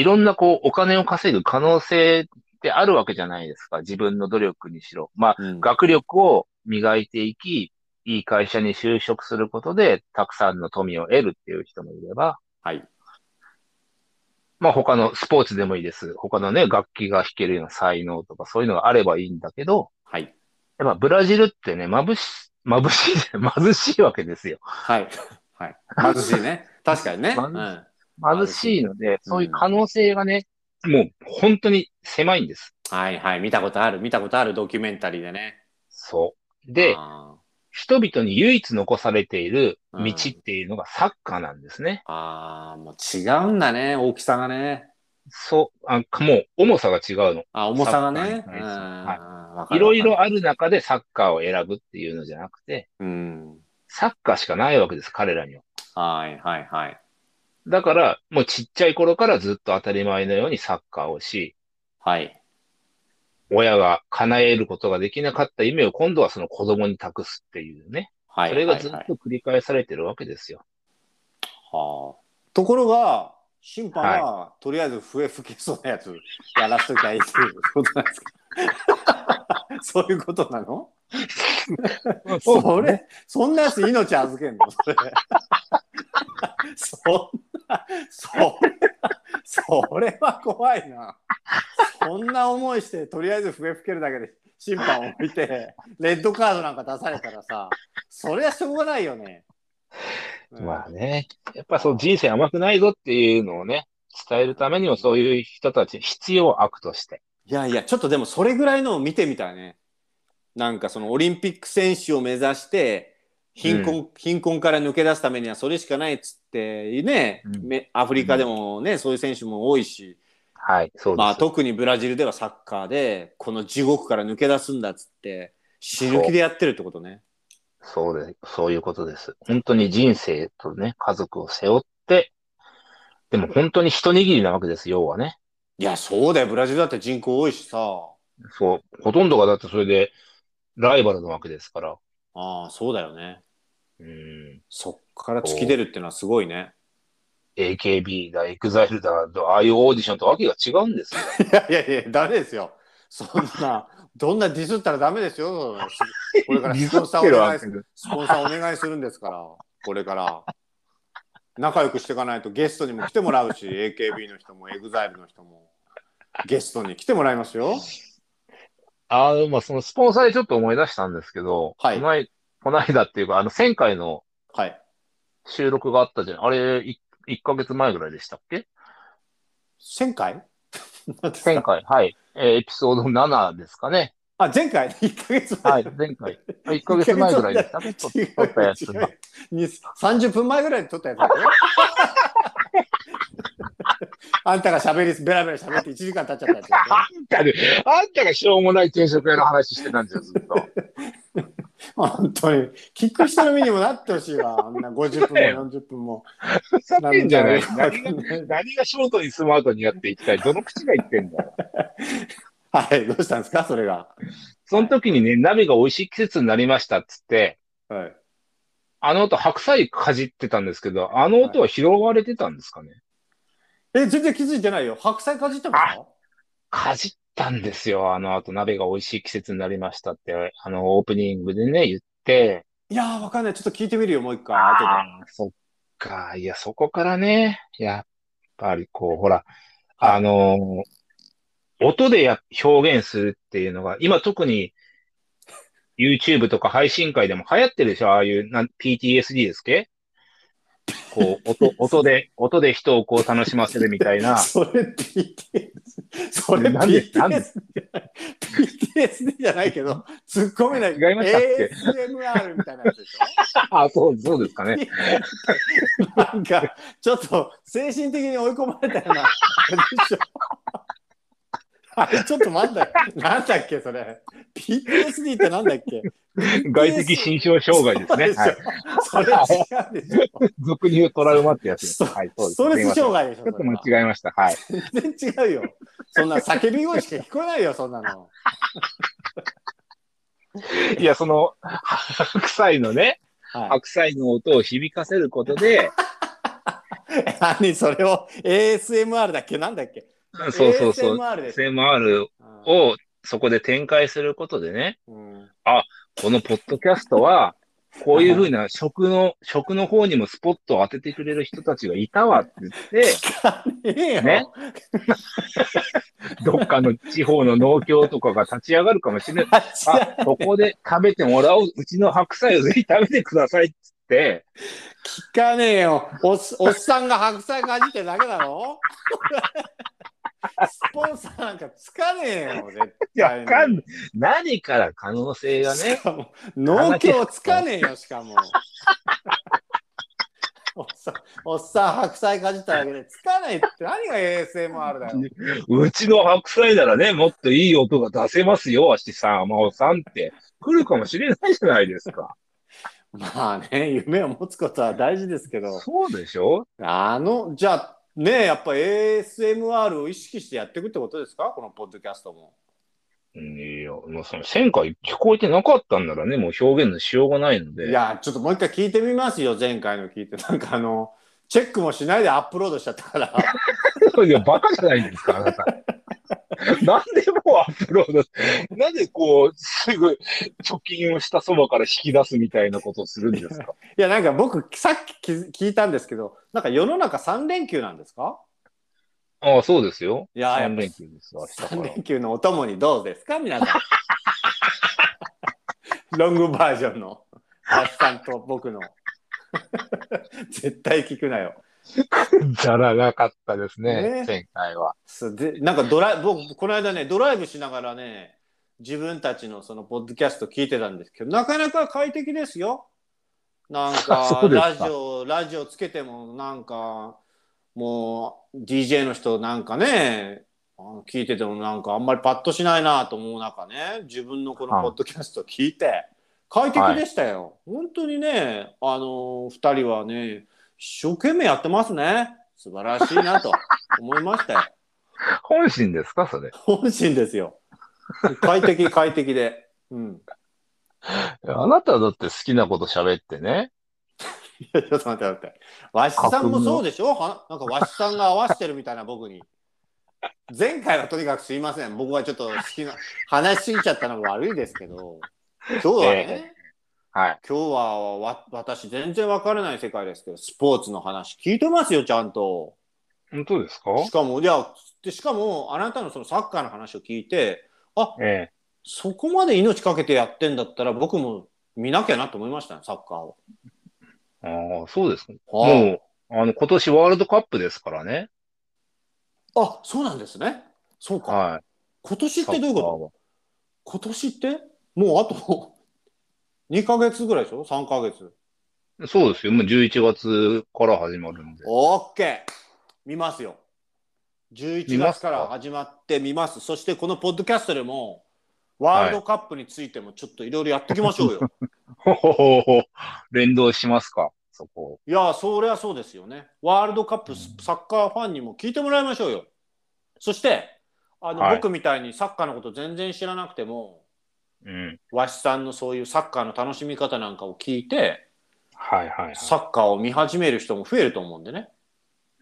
Speaker 3: いろんなこう、お金を稼ぐ可能性ってあるわけじゃないですか。自分の努力にしろ。まあ、
Speaker 2: うん
Speaker 3: 学力を磨いていき、いい会社に就職することで、たくさんの富を得るっていう人もいれば、
Speaker 2: はい。
Speaker 3: まあ他のスポーツでもいいです。他のね、楽器が弾けるような才能とかそういうのがあればいいんだけど、
Speaker 2: はい。
Speaker 3: やっぱブラジルってね、眩し、眩しい、 貧しいわけですよ。
Speaker 2: はい。 はい。貧しいね。確かにね。
Speaker 3: 貧し
Speaker 2: う
Speaker 3: い
Speaker 2: ん
Speaker 3: 貧しいので、そういう可能性がね、もう本当に狭いんです。
Speaker 2: はいはい。見たことある。見たことあるドキュメンタリーでね。
Speaker 3: そう。で、
Speaker 2: あ
Speaker 3: 人々に唯一残されている
Speaker 2: うん
Speaker 3: 道っていうのがサッカーなんですね。
Speaker 2: ーあー、もう違うんだね。大きさがね。
Speaker 3: そう、あ、もう重さが違うの。
Speaker 2: あ、重さがね。
Speaker 3: サッ
Speaker 2: うん
Speaker 3: カーに対するはい
Speaker 2: わか
Speaker 3: い
Speaker 2: る
Speaker 3: ろ
Speaker 2: わ
Speaker 3: い
Speaker 2: かる
Speaker 3: ろある中でサッカーを選ぶっていうのじゃなくて、
Speaker 2: うん。
Speaker 3: サッカーしかないわけです、彼らには。
Speaker 2: はいはいはい。
Speaker 3: だから、もうちっちゃい頃からずっと当たり前のようにサッカーをし、
Speaker 2: はい。
Speaker 3: 親が叶えることができなかった夢を今度はその子供に託すっていうね。
Speaker 2: はい。
Speaker 3: それがずっ
Speaker 2: はいはい
Speaker 3: と繰り返されてるわけですよ。
Speaker 2: はあ、ところが審判は、とりあえず笛吹きそうなやつやらしときゃいいっていうことなんですか そういうことなの それそんなやつ命預けんのそれ そんなそそれは怖いなそんな思いしてとりあえず笛吹けるだけで審判を置いてレッドカードなんか出されたらさそれはしょうがないよね、うん
Speaker 3: まあね。やっぱその人生甘くないぞっていうのをね、伝えるためにもそういう人たち、必要悪として。
Speaker 2: いやいや、ちょっとでもそれぐらいのを見てみたいね。なんかそのオリンピック選手を目指して、貧困、貧困から抜け出すためにはそれしかないっつってね、
Speaker 3: うん
Speaker 2: めアフリカでもね、そういう選手も多いし、
Speaker 3: はい、そうで
Speaker 2: まあ
Speaker 3: す。
Speaker 2: 特にブラジルではサッカーで、この地獄から抜け出すんだっつって、死ぬ気でやってるってことね。
Speaker 3: そうです。そういうことです。本当に人生とね、家族を背負って、でも本当に一握りなわけです、要はね。
Speaker 2: いや、そうだよ。ブラジルだって人口多いしさ。
Speaker 3: そう。ほとんどがだってそれで、ライバルなわけですから。
Speaker 2: ああ、そうだよね。
Speaker 3: うん。
Speaker 2: そっから突き出るってのはすごいね。
Speaker 3: AKB だ、EXILE だ、ああいうオーディションとわけが違うんですよ。
Speaker 2: いやいやいや、ダメですよ。そんな、どんなディスったらダメですよ。 これからスポンサーお願いする。スポンサーお願いするんですから、これから。仲良くしていかないとゲストにも来てもらうし、AKB の人も EXILE の人もゲストに来てもらいますよ。
Speaker 3: ああ、まあそのスポンサーでちょっと思い出したんですけど、
Speaker 2: はい
Speaker 3: こない、この間っていうか、あの、1000回の
Speaker 2: はい。
Speaker 3: 収録があったじゃん。あれ、い1ヶ月前ぐらいでしたっけ
Speaker 2: 1000回何ですか
Speaker 3: ?1000 回。はい。えーエピソード7ですかね。
Speaker 2: あ、前回 ?1 ヶ月前。
Speaker 3: はい、前回。1ヶ月前ぐらいでしたっけ
Speaker 2: 違う
Speaker 3: 撮ったやつ
Speaker 2: 違
Speaker 3: が。
Speaker 2: うに30分前ぐらいに撮ったやつだよあんたが喋り、ベラベラ喋って1時間経っちゃったやつだよ
Speaker 3: んたね、あんたがしょうもない転職屋の話してたんですよ、ずっと。
Speaker 2: 本当に。聞く人の身にもなってほしい わ。あんな50分も40分も。
Speaker 3: ふざけんじゃ ない。
Speaker 2: 涙
Speaker 3: 何が、何がショートにスマートにやっていきたい。どの口が言ってんだよ。
Speaker 2: はい、どうしたんですか、それが。
Speaker 3: その時にね、鍋が美味しい季節になりましたっつって、
Speaker 2: はい。
Speaker 3: あの音白菜かじってたんですけど、あの音は拾われてたんですかね。
Speaker 2: え、全然気づいてないよ。白菜かじってますか
Speaker 3: かじったんですよ。あの後、鍋が美味しい季節になりましたって、あの、オープニングでね、言って、
Speaker 2: いやー、わかんない。ちょっと聞いてみるよ、もう一回。後で。
Speaker 3: ああ、そっか。いや、そこからね、やっぱりこう、ほら、あのー音でや表現するっていうのが、今特に YouTube とか配信会でも流行ってるでしょああいうなん PTSD ですっけこう、 音、音で、音で人をこう楽しませるみたいな、
Speaker 2: それ PTS。それ
Speaker 3: なんでなんで
Speaker 2: PTS。PTSD じゃないけど、突っ込めない。
Speaker 3: 違いましたっけ
Speaker 2: ASMR みたいなやつでし
Speaker 3: あそう、そうですかね。
Speaker 2: ょなんか、ちょっと精神的に追い込まれたような。あれでしょあれちょっと待ったよ。なんだっけ、それ。PTSD ってなんだっけ
Speaker 3: 外的心象障害ですね。はい。
Speaker 2: そうでしょそれ違うでし
Speaker 3: 俗に言うトラウマってやつです。
Speaker 2: そう
Speaker 3: はい、
Speaker 2: ょ。
Speaker 3: そうです。
Speaker 2: ストレ
Speaker 3: すい
Speaker 2: ス
Speaker 3: ません
Speaker 2: 障害でしょ。
Speaker 3: ちょっ
Speaker 2: そ
Speaker 3: と
Speaker 2: れは
Speaker 3: 間違えました。はい。
Speaker 2: 全然違うよ。そんな叫び声しか聞こえないよ、そんなの。
Speaker 3: いや、その、 白菜のね、
Speaker 2: はい、
Speaker 3: 白菜の音を響かせること で、
Speaker 2: 何それを ASMR だっけなんだっけ
Speaker 3: そうそうそう、
Speaker 2: ASMR です。
Speaker 3: SMR をそこで展開することでね、
Speaker 2: うん
Speaker 3: このポッドキャストは、こういうふうな食の、食の方にもスポットを当ててくれる人たちがいたわって言って、
Speaker 2: いいよ。
Speaker 3: ねどっかの地方の農協とかが立ち上がるかもし れない。
Speaker 2: あ違う
Speaker 3: あ、ここで食べてもらおう。うちの白菜をぜひ食べてくださいっつって、
Speaker 2: 聞かねえよ。おっおっさんが白菜かじってるだけだ ろスポンサーなんかつかねえよ、絶対に。
Speaker 3: いや、わかんない。何から可能性がね
Speaker 2: し、かも農協つかねえよしか もおっさんおっさん白菜かじっただけでつかないって何が ASMR だよ
Speaker 3: うちの白菜ならね、もっといい音が出せますよ、足さん、真央さんって、来るかもしれないじゃないですか。
Speaker 2: まあね夢を持つことは大事ですけど
Speaker 3: そうでしょ
Speaker 2: あのじゃあねやっぱ ASMR を意識してやっていくってことですかこのポッドキャストも
Speaker 3: うんいや、もうその、線回聞こえてなかったんならね、もう表現のしようがないので。
Speaker 2: いやちょっともう一回聞いてみますよ前回の聞いてなんかあのチェックもしないでアップロードしちゃったから
Speaker 3: いや、バカじゃないんですか、あなた。 なんでもうアップロード、なんでこう、すぐ貯金をしたそばから引き出すみたいなことをするんですか
Speaker 2: いやなんか僕さっき聞いたんですけどなんか世の中3連休なんですか
Speaker 3: ああ、そうですよ。
Speaker 2: いややっ
Speaker 3: 3
Speaker 2: ぱ
Speaker 3: 連休です、明日か
Speaker 2: 3
Speaker 3: ら。
Speaker 2: 連休のお供にどうですか皆さん ロングバージョンの橋さんと僕の 絶対聞くなよ
Speaker 3: じゃらなかったです
Speaker 2: ね
Speaker 3: ね、前回は。
Speaker 2: そうでなんかドライ僕この間ねドライブしながらね自分たちのそのポッドキャスト聞いてたんですけどなかなか快適ですよなん
Speaker 3: あ
Speaker 2: か
Speaker 3: そうですか
Speaker 2: ラジオラジオつけてもなんかもう DJ の人なんかねあの聞いててもなんかあんまりパッとしないなと思う中ね自分のこの
Speaker 3: はい
Speaker 2: ポッドキャスト聞いて快適でしたよ、本当にねあの2人はね一生懸命やってますね素晴らしいなと思いましたよ
Speaker 3: 本心ですか、それ。
Speaker 2: 本心ですよ。快適、快適で。うん。
Speaker 3: あなただって好きなこと喋ってね。
Speaker 2: いやちょっと待って待って。わしさんもそうでしょはなんかわしさんが合わしてるみたいな僕に。前回はとにかくすいません。僕はちょっと好きな、話しすぎちゃったのが悪いですけど、今日はね、
Speaker 3: はい。
Speaker 2: 今日はわ私全然わからない世界ですけど、スポーツの話聞いてますよ、ちゃんと。
Speaker 3: 本当ですか
Speaker 2: しかも、いや、でしかも、あなたのそのサッカーの話を聞いて、
Speaker 3: ええ。
Speaker 2: そこまで命かけてやってんだったら僕も見なきゃなと思いましたね、サッカーを。
Speaker 3: ああ、そうですか。
Speaker 2: はい
Speaker 3: もう、あの、今年ワールドカップですからね。
Speaker 2: あ、そうなんですね。そうか。
Speaker 3: はい。
Speaker 2: 今年ってどういう
Speaker 3: サッカー
Speaker 2: こ
Speaker 3: は
Speaker 2: と今年ってもうあと 2ヶ月ぐらいでしょ ?3 ヶ月。
Speaker 3: そうですよ。もう11月から始まるんで。
Speaker 2: オッケー見ますよ。11
Speaker 3: 見ま
Speaker 2: 月
Speaker 3: す
Speaker 2: か
Speaker 3: から
Speaker 2: 始まって見ます。そしてこのポッドキャストでも、ワールドカップについてもちょっといろいろやっていきましょうよ。
Speaker 3: ほほほほ。連動しますか、そこ。
Speaker 2: い、や、そりゃそうですよね。ワールドカップスサッカーファンにも聞いてもらいましょうよ。そして、あの、
Speaker 3: はい
Speaker 2: 僕みたいにサッカーのこと全然知らなくても、
Speaker 3: うん。
Speaker 2: わしさんのそういうサッカーの楽しみ方なんかを聞いて
Speaker 3: はいはいはい。
Speaker 2: サッカーを見始める人も増えると思うんでね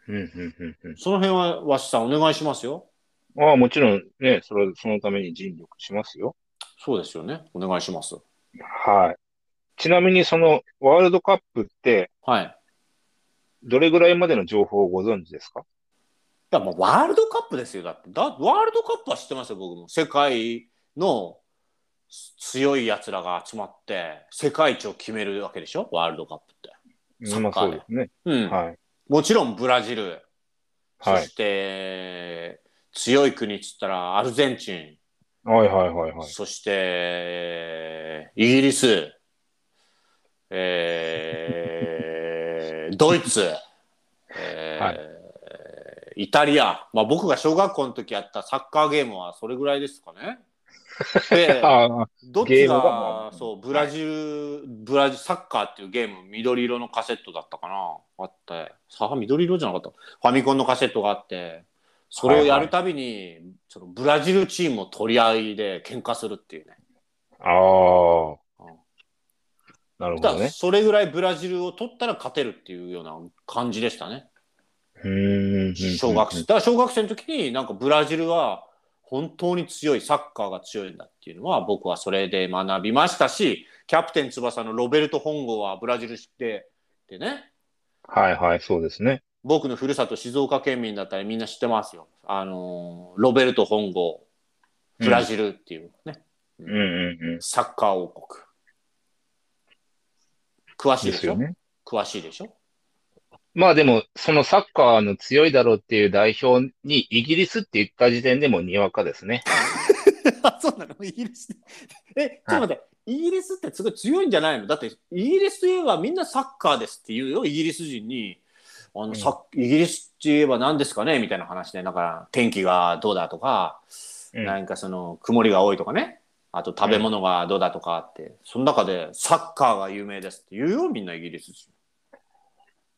Speaker 3: うんうんうんう
Speaker 2: その辺はわしさんお願いしますよ
Speaker 3: ん。ああ、もちろんね、それ、そのために尽力しますよ。
Speaker 2: そうですよねお願いします
Speaker 3: はい。ちなみにそのワールドカップって、
Speaker 2: はいい
Speaker 3: どれぐらいまでの情報をご存知ですか
Speaker 2: やもうワールドカップですよだってだワールドカップは知ってますよ僕も世界の強いやつらが集まって世界一を決めるわけでしょワールドカップってサ
Speaker 3: ま
Speaker 2: ッ
Speaker 3: あ
Speaker 2: カー
Speaker 3: そう
Speaker 2: で
Speaker 3: ですね。
Speaker 2: うん
Speaker 3: はい。
Speaker 2: もちろんブラジル、
Speaker 3: はい
Speaker 2: そして強い国っつったらアルゼンチン、
Speaker 3: はいはいはいはい。
Speaker 2: そしてイギリス、 えードイツ、えー
Speaker 3: は
Speaker 2: イタリア、まあ、僕が小学校の時やったサッカーゲームはそれぐらいですかね。 で
Speaker 3: あ
Speaker 2: どっ
Speaker 3: ゲ
Speaker 2: ち
Speaker 3: ームが
Speaker 2: が
Speaker 3: まあ
Speaker 2: そうブラジル、ブラジルサッカーっていうゲーム緑色のカセットだったかなあってさあ緑色じゃなかったファミコンのカセットがあってそれをやるたびに、そのブラジルチームを取り合いで喧嘩するっていうね
Speaker 3: あ、ああ。なる
Speaker 2: だ
Speaker 3: ほど
Speaker 2: から
Speaker 3: ね。
Speaker 2: それぐらいブラジルを取ったら勝てるっていうような感じでしたね
Speaker 3: うーん。
Speaker 2: 小学生だから小学生の時になんかブラジルは本当に強いサッカーが強いんだっていうのは僕はそれで学びましたしキャプテン翼のロベルト本郷はブラジルででね
Speaker 3: はいはい、そうですね。
Speaker 2: 僕のふるさと静岡県民だったらみんな知ってますよあのーロベルト本郷ブラジルっていうね、
Speaker 3: うんうんうん。
Speaker 2: サッカー王国詳しい
Speaker 3: で
Speaker 2: ですしょ
Speaker 3: よね。
Speaker 2: 詳しいでしょ
Speaker 3: まあでも、そのサッカーの強いだろうっていう代表にイギリスって言った時点でもうにわかですね。
Speaker 2: あそうなのイギリスえちょっと待って、イギリスってすごい強いんじゃないのだってイギリスといえばみんなサッカーですって言うよイギリス人にあの、サッイギリスって言えば何ですかねみたいな話でなんか天気がどうだとか、
Speaker 3: うん
Speaker 2: なんかその曇りが多いとかねあと食べ物がどうだとかって、その中でサッカーが有名ですって言うよみんなイギリス人。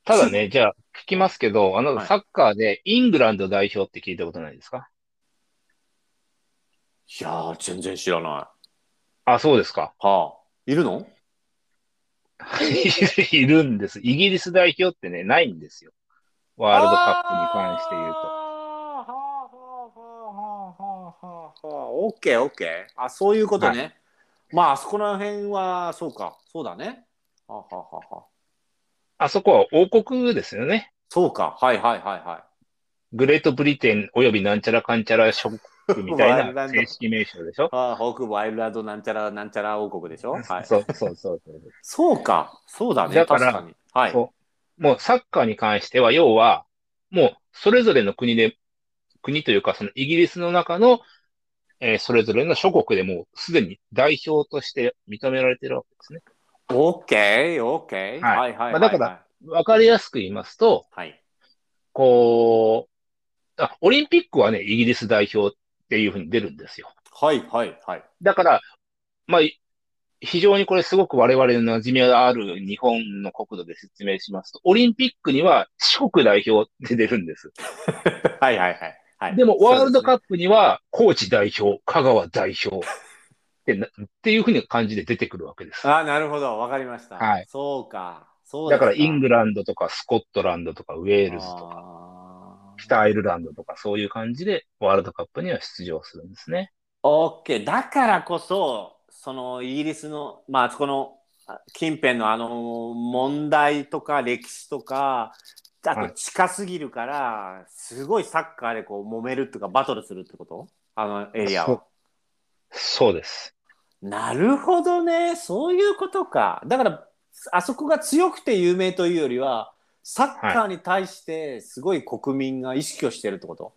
Speaker 3: ただ ね、じゃあ聞きますけど、あ
Speaker 2: は
Speaker 3: の
Speaker 2: い
Speaker 3: サッカーでイングランド代表って聞いたことないですか
Speaker 2: いやー全然知らない。は
Speaker 3: あ、そうですか。
Speaker 2: あいるの
Speaker 3: いるんです。イギリス代表ってね、ないんですよ。ワールドカップに関して言うと。
Speaker 2: あーはあはあはあはあはあはあオッケーオッケー。あそういうことね。まああそこら辺はそうかそうだね。はあはあはあはあ
Speaker 3: あそこは王国ですよね。
Speaker 2: そうかはいはいはいは
Speaker 3: グレートブリテンおよびなんちゃらかんちゃら諸国みた
Speaker 2: ワイ
Speaker 3: い
Speaker 2: ルド
Speaker 3: な
Speaker 2: ランド
Speaker 3: 正式名称でしょ
Speaker 2: い。あー北部アイルランドなんちゃらなんちゃら王国でしょ。はい。
Speaker 3: そうそうそうそう。
Speaker 2: そうかそうだね
Speaker 3: だか
Speaker 2: 確
Speaker 3: ら
Speaker 2: かに。 はい。
Speaker 3: そう。もうサッカーに関しては、要は、もうそれぞれの国で、国というか、そのイギリスの中の、えーそれぞれの諸国でもうすでに代表として認められてるわけですね。
Speaker 2: オッケーオッケー。
Speaker 3: はい
Speaker 2: はいはいはい、
Speaker 3: まあだからわかりやすく言いますと、
Speaker 2: はい。
Speaker 3: こう、あ、オリンピックはね、イギリス代表っていうふうに出るんですよ。
Speaker 2: はいはいはい。
Speaker 3: だから、まあ、い非常にこれすごく我々の馴染みがある日本の国土で説明しますと、オリンピックには四国代表で出るんです。
Speaker 2: はいはいはい。はい、
Speaker 3: でも、ワールドカ
Speaker 2: ッ
Speaker 3: ップには、高知代表、香川代表ってな、っていうふうな感じで出てくるわけです。
Speaker 2: あーなるほどわかりました。
Speaker 3: はい
Speaker 2: そうか。そう
Speaker 3: だから、イン
Speaker 2: グ
Speaker 3: グランドとか、スコットランドとか、ウェールズとか、
Speaker 2: あー
Speaker 3: 北アイルランドとか、そういう感じで、ワールドカップには出場するんですね。
Speaker 2: オッケーだからこそそのイギリスのまああそこのあ近辺のあの問題とか歴史とかあ
Speaker 3: は
Speaker 2: と
Speaker 3: い
Speaker 2: 近すぎるから、すごいサッカーでこう揉めるっていうかバトルするってことあのエリア
Speaker 3: そ
Speaker 2: は
Speaker 3: う。そうです。
Speaker 2: なるほどねそういうことかだからあそこが強くて有名というよりはサッカーに対してすごい国民が意識をしてるってこと、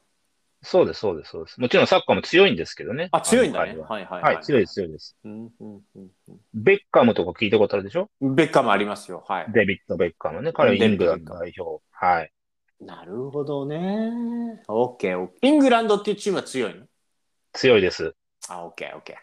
Speaker 3: そうです、そうです、そうです。もちろんサッカーも強いんですけどね。
Speaker 2: あ強いんだ
Speaker 3: あ
Speaker 2: ね
Speaker 3: の彼は
Speaker 2: はいはい
Speaker 3: はい、強いです、強いです。
Speaker 2: うんうんうん
Speaker 3: ベッカムとか聞いたことあるでしょ
Speaker 2: ベッカムありますよ。はい。
Speaker 3: デビッド・ベッカムね。彼はイングランド代表。はい。
Speaker 2: なるほどね。オッケー。イングランドっていうチームは強いの
Speaker 3: 強いです。
Speaker 2: あ、オッケー、オッケー。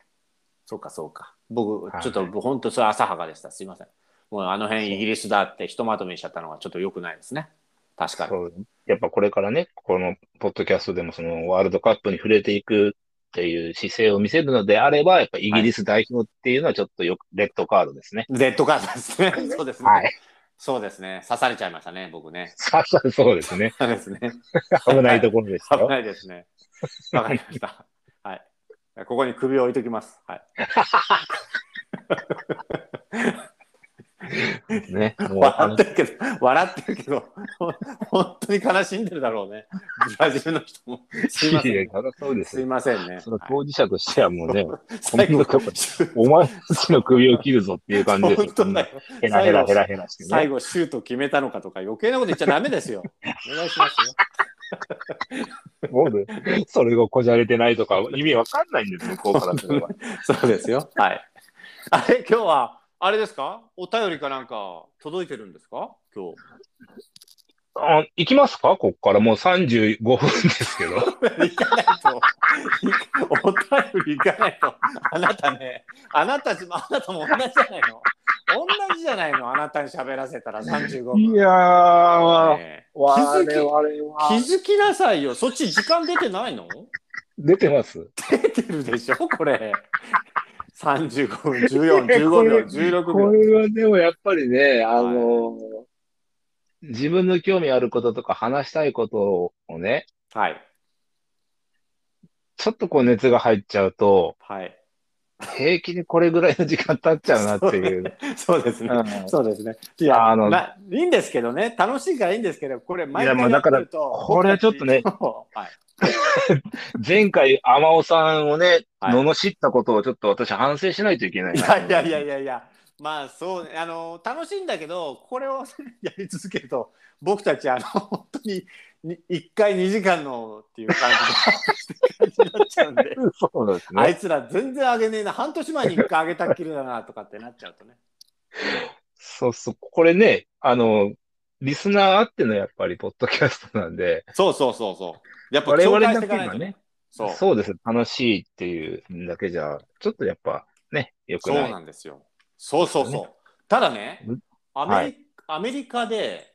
Speaker 2: そうか、そうか。僕
Speaker 3: は、い
Speaker 2: ちょっと、本当それ浅はかでした。すいません。もうあの辺イギリスだってひとまとめにしちゃったのはちょっと良くないですね。確かに。
Speaker 3: そう。やっぱこれからね、このポッドキャストでもそのワールドカップに触れていくっていう姿勢を見せるのであれば、やっぱイギリス代表っていうのはちょっとよく、レッドカードですね。
Speaker 2: レッドカードですね。そうですね。
Speaker 3: はい。
Speaker 2: そうですね。刺されちゃいましたね、僕ね。
Speaker 3: さあ、そうですね。
Speaker 2: そうですね。
Speaker 3: 危ないところでした
Speaker 2: 危
Speaker 3: よ。
Speaker 2: ないですね。わかりました。はい。ここに首を置いときます。はい。
Speaker 3: ね。もうあ
Speaker 2: 笑
Speaker 3: の
Speaker 2: ってるけど、笑ってるけど、本当に悲しんでるだろうね。ブラジルの人も。すいませ
Speaker 3: いやい
Speaker 2: ん。
Speaker 3: やそうです
Speaker 2: すい
Speaker 3: よ。
Speaker 2: ませんね。
Speaker 3: その当事者としてはもうね、
Speaker 2: 最後
Speaker 3: こんなとこお前たちの首を切るぞっていう感じですよ
Speaker 2: 本。当だよ。
Speaker 3: ヘラヘラヘラヘラして
Speaker 2: 最
Speaker 3: ね。
Speaker 2: 後、シュート決めたのかとか、余計なこと言っちゃダメです よ。お願いしますよ。
Speaker 3: もうねそれがこじゃれてないとか意味わかんないんです よ、こうからすれば。
Speaker 2: そうですよ。はい。あれ、今日は、あれですかお便りかなんか届いてるんですか今日。
Speaker 3: あ行きますかここからもう35分ですけど。
Speaker 2: 行かないと、お便り行かないと、あなたね、あなたも、あなたも同じじゃないの同じじゃないのあなたに喋らせたら35分。
Speaker 3: いやー、わ
Speaker 2: ねえ
Speaker 3: 我々
Speaker 2: 気
Speaker 3: は。
Speaker 2: づきなさいよ。そっち時間出てないの
Speaker 3: 出てます。
Speaker 2: 出てるでしょこれ。35分、14、15秒、16
Speaker 3: こ
Speaker 2: 秒。
Speaker 3: れはでもやっぱりね、あの、自分の興味あることとか話したいことをね、
Speaker 2: はい。
Speaker 3: ちょっとこう熱が入っちゃうと、
Speaker 2: はい。
Speaker 3: 平気にこれぐらいの時間経っちゃうなっていう。
Speaker 2: そうですね。
Speaker 3: うん
Speaker 2: そうですね。いや、
Speaker 3: あの
Speaker 2: まいいんですけどね。楽しいからいいんですけど、これ、毎
Speaker 3: いやまあ
Speaker 2: 回やってると。
Speaker 3: これはちょっとね
Speaker 2: 僕たち。はい。
Speaker 3: 前回、天尾さんをね、
Speaker 2: はい
Speaker 3: 罵ったことをちょっと私反省しないといけない
Speaker 2: い
Speaker 3: な。
Speaker 2: やいやいやいやいや、まあそうね、あの楽しいんだけど、これを やり続けると、僕たち、あの 本当にに1回2時間のっていう感じで感じになっちゃうん で、
Speaker 3: そうなんです
Speaker 2: あ
Speaker 3: ね。
Speaker 2: いつら全然あげねえな、半年前に1回あげたっきりだなとかってなっちゃうとね。
Speaker 3: そうそう。これね、あの、リスナーあってのやっぱりポッドキャストなんで、
Speaker 2: そうそうそうそう。やっぱ
Speaker 3: 我
Speaker 2: 共
Speaker 3: 々
Speaker 2: 感して
Speaker 3: だ
Speaker 2: いか
Speaker 3: け
Speaker 2: ない
Speaker 3: が
Speaker 2: と
Speaker 3: ね
Speaker 2: ね。、そうそう
Speaker 3: そうです。楽しいっていうだけじゃ、ちょっとやっぱね、良くない。
Speaker 2: なんですよ。そうそうそう。ただね
Speaker 3: うん、
Speaker 2: アメリ,、アメリカで、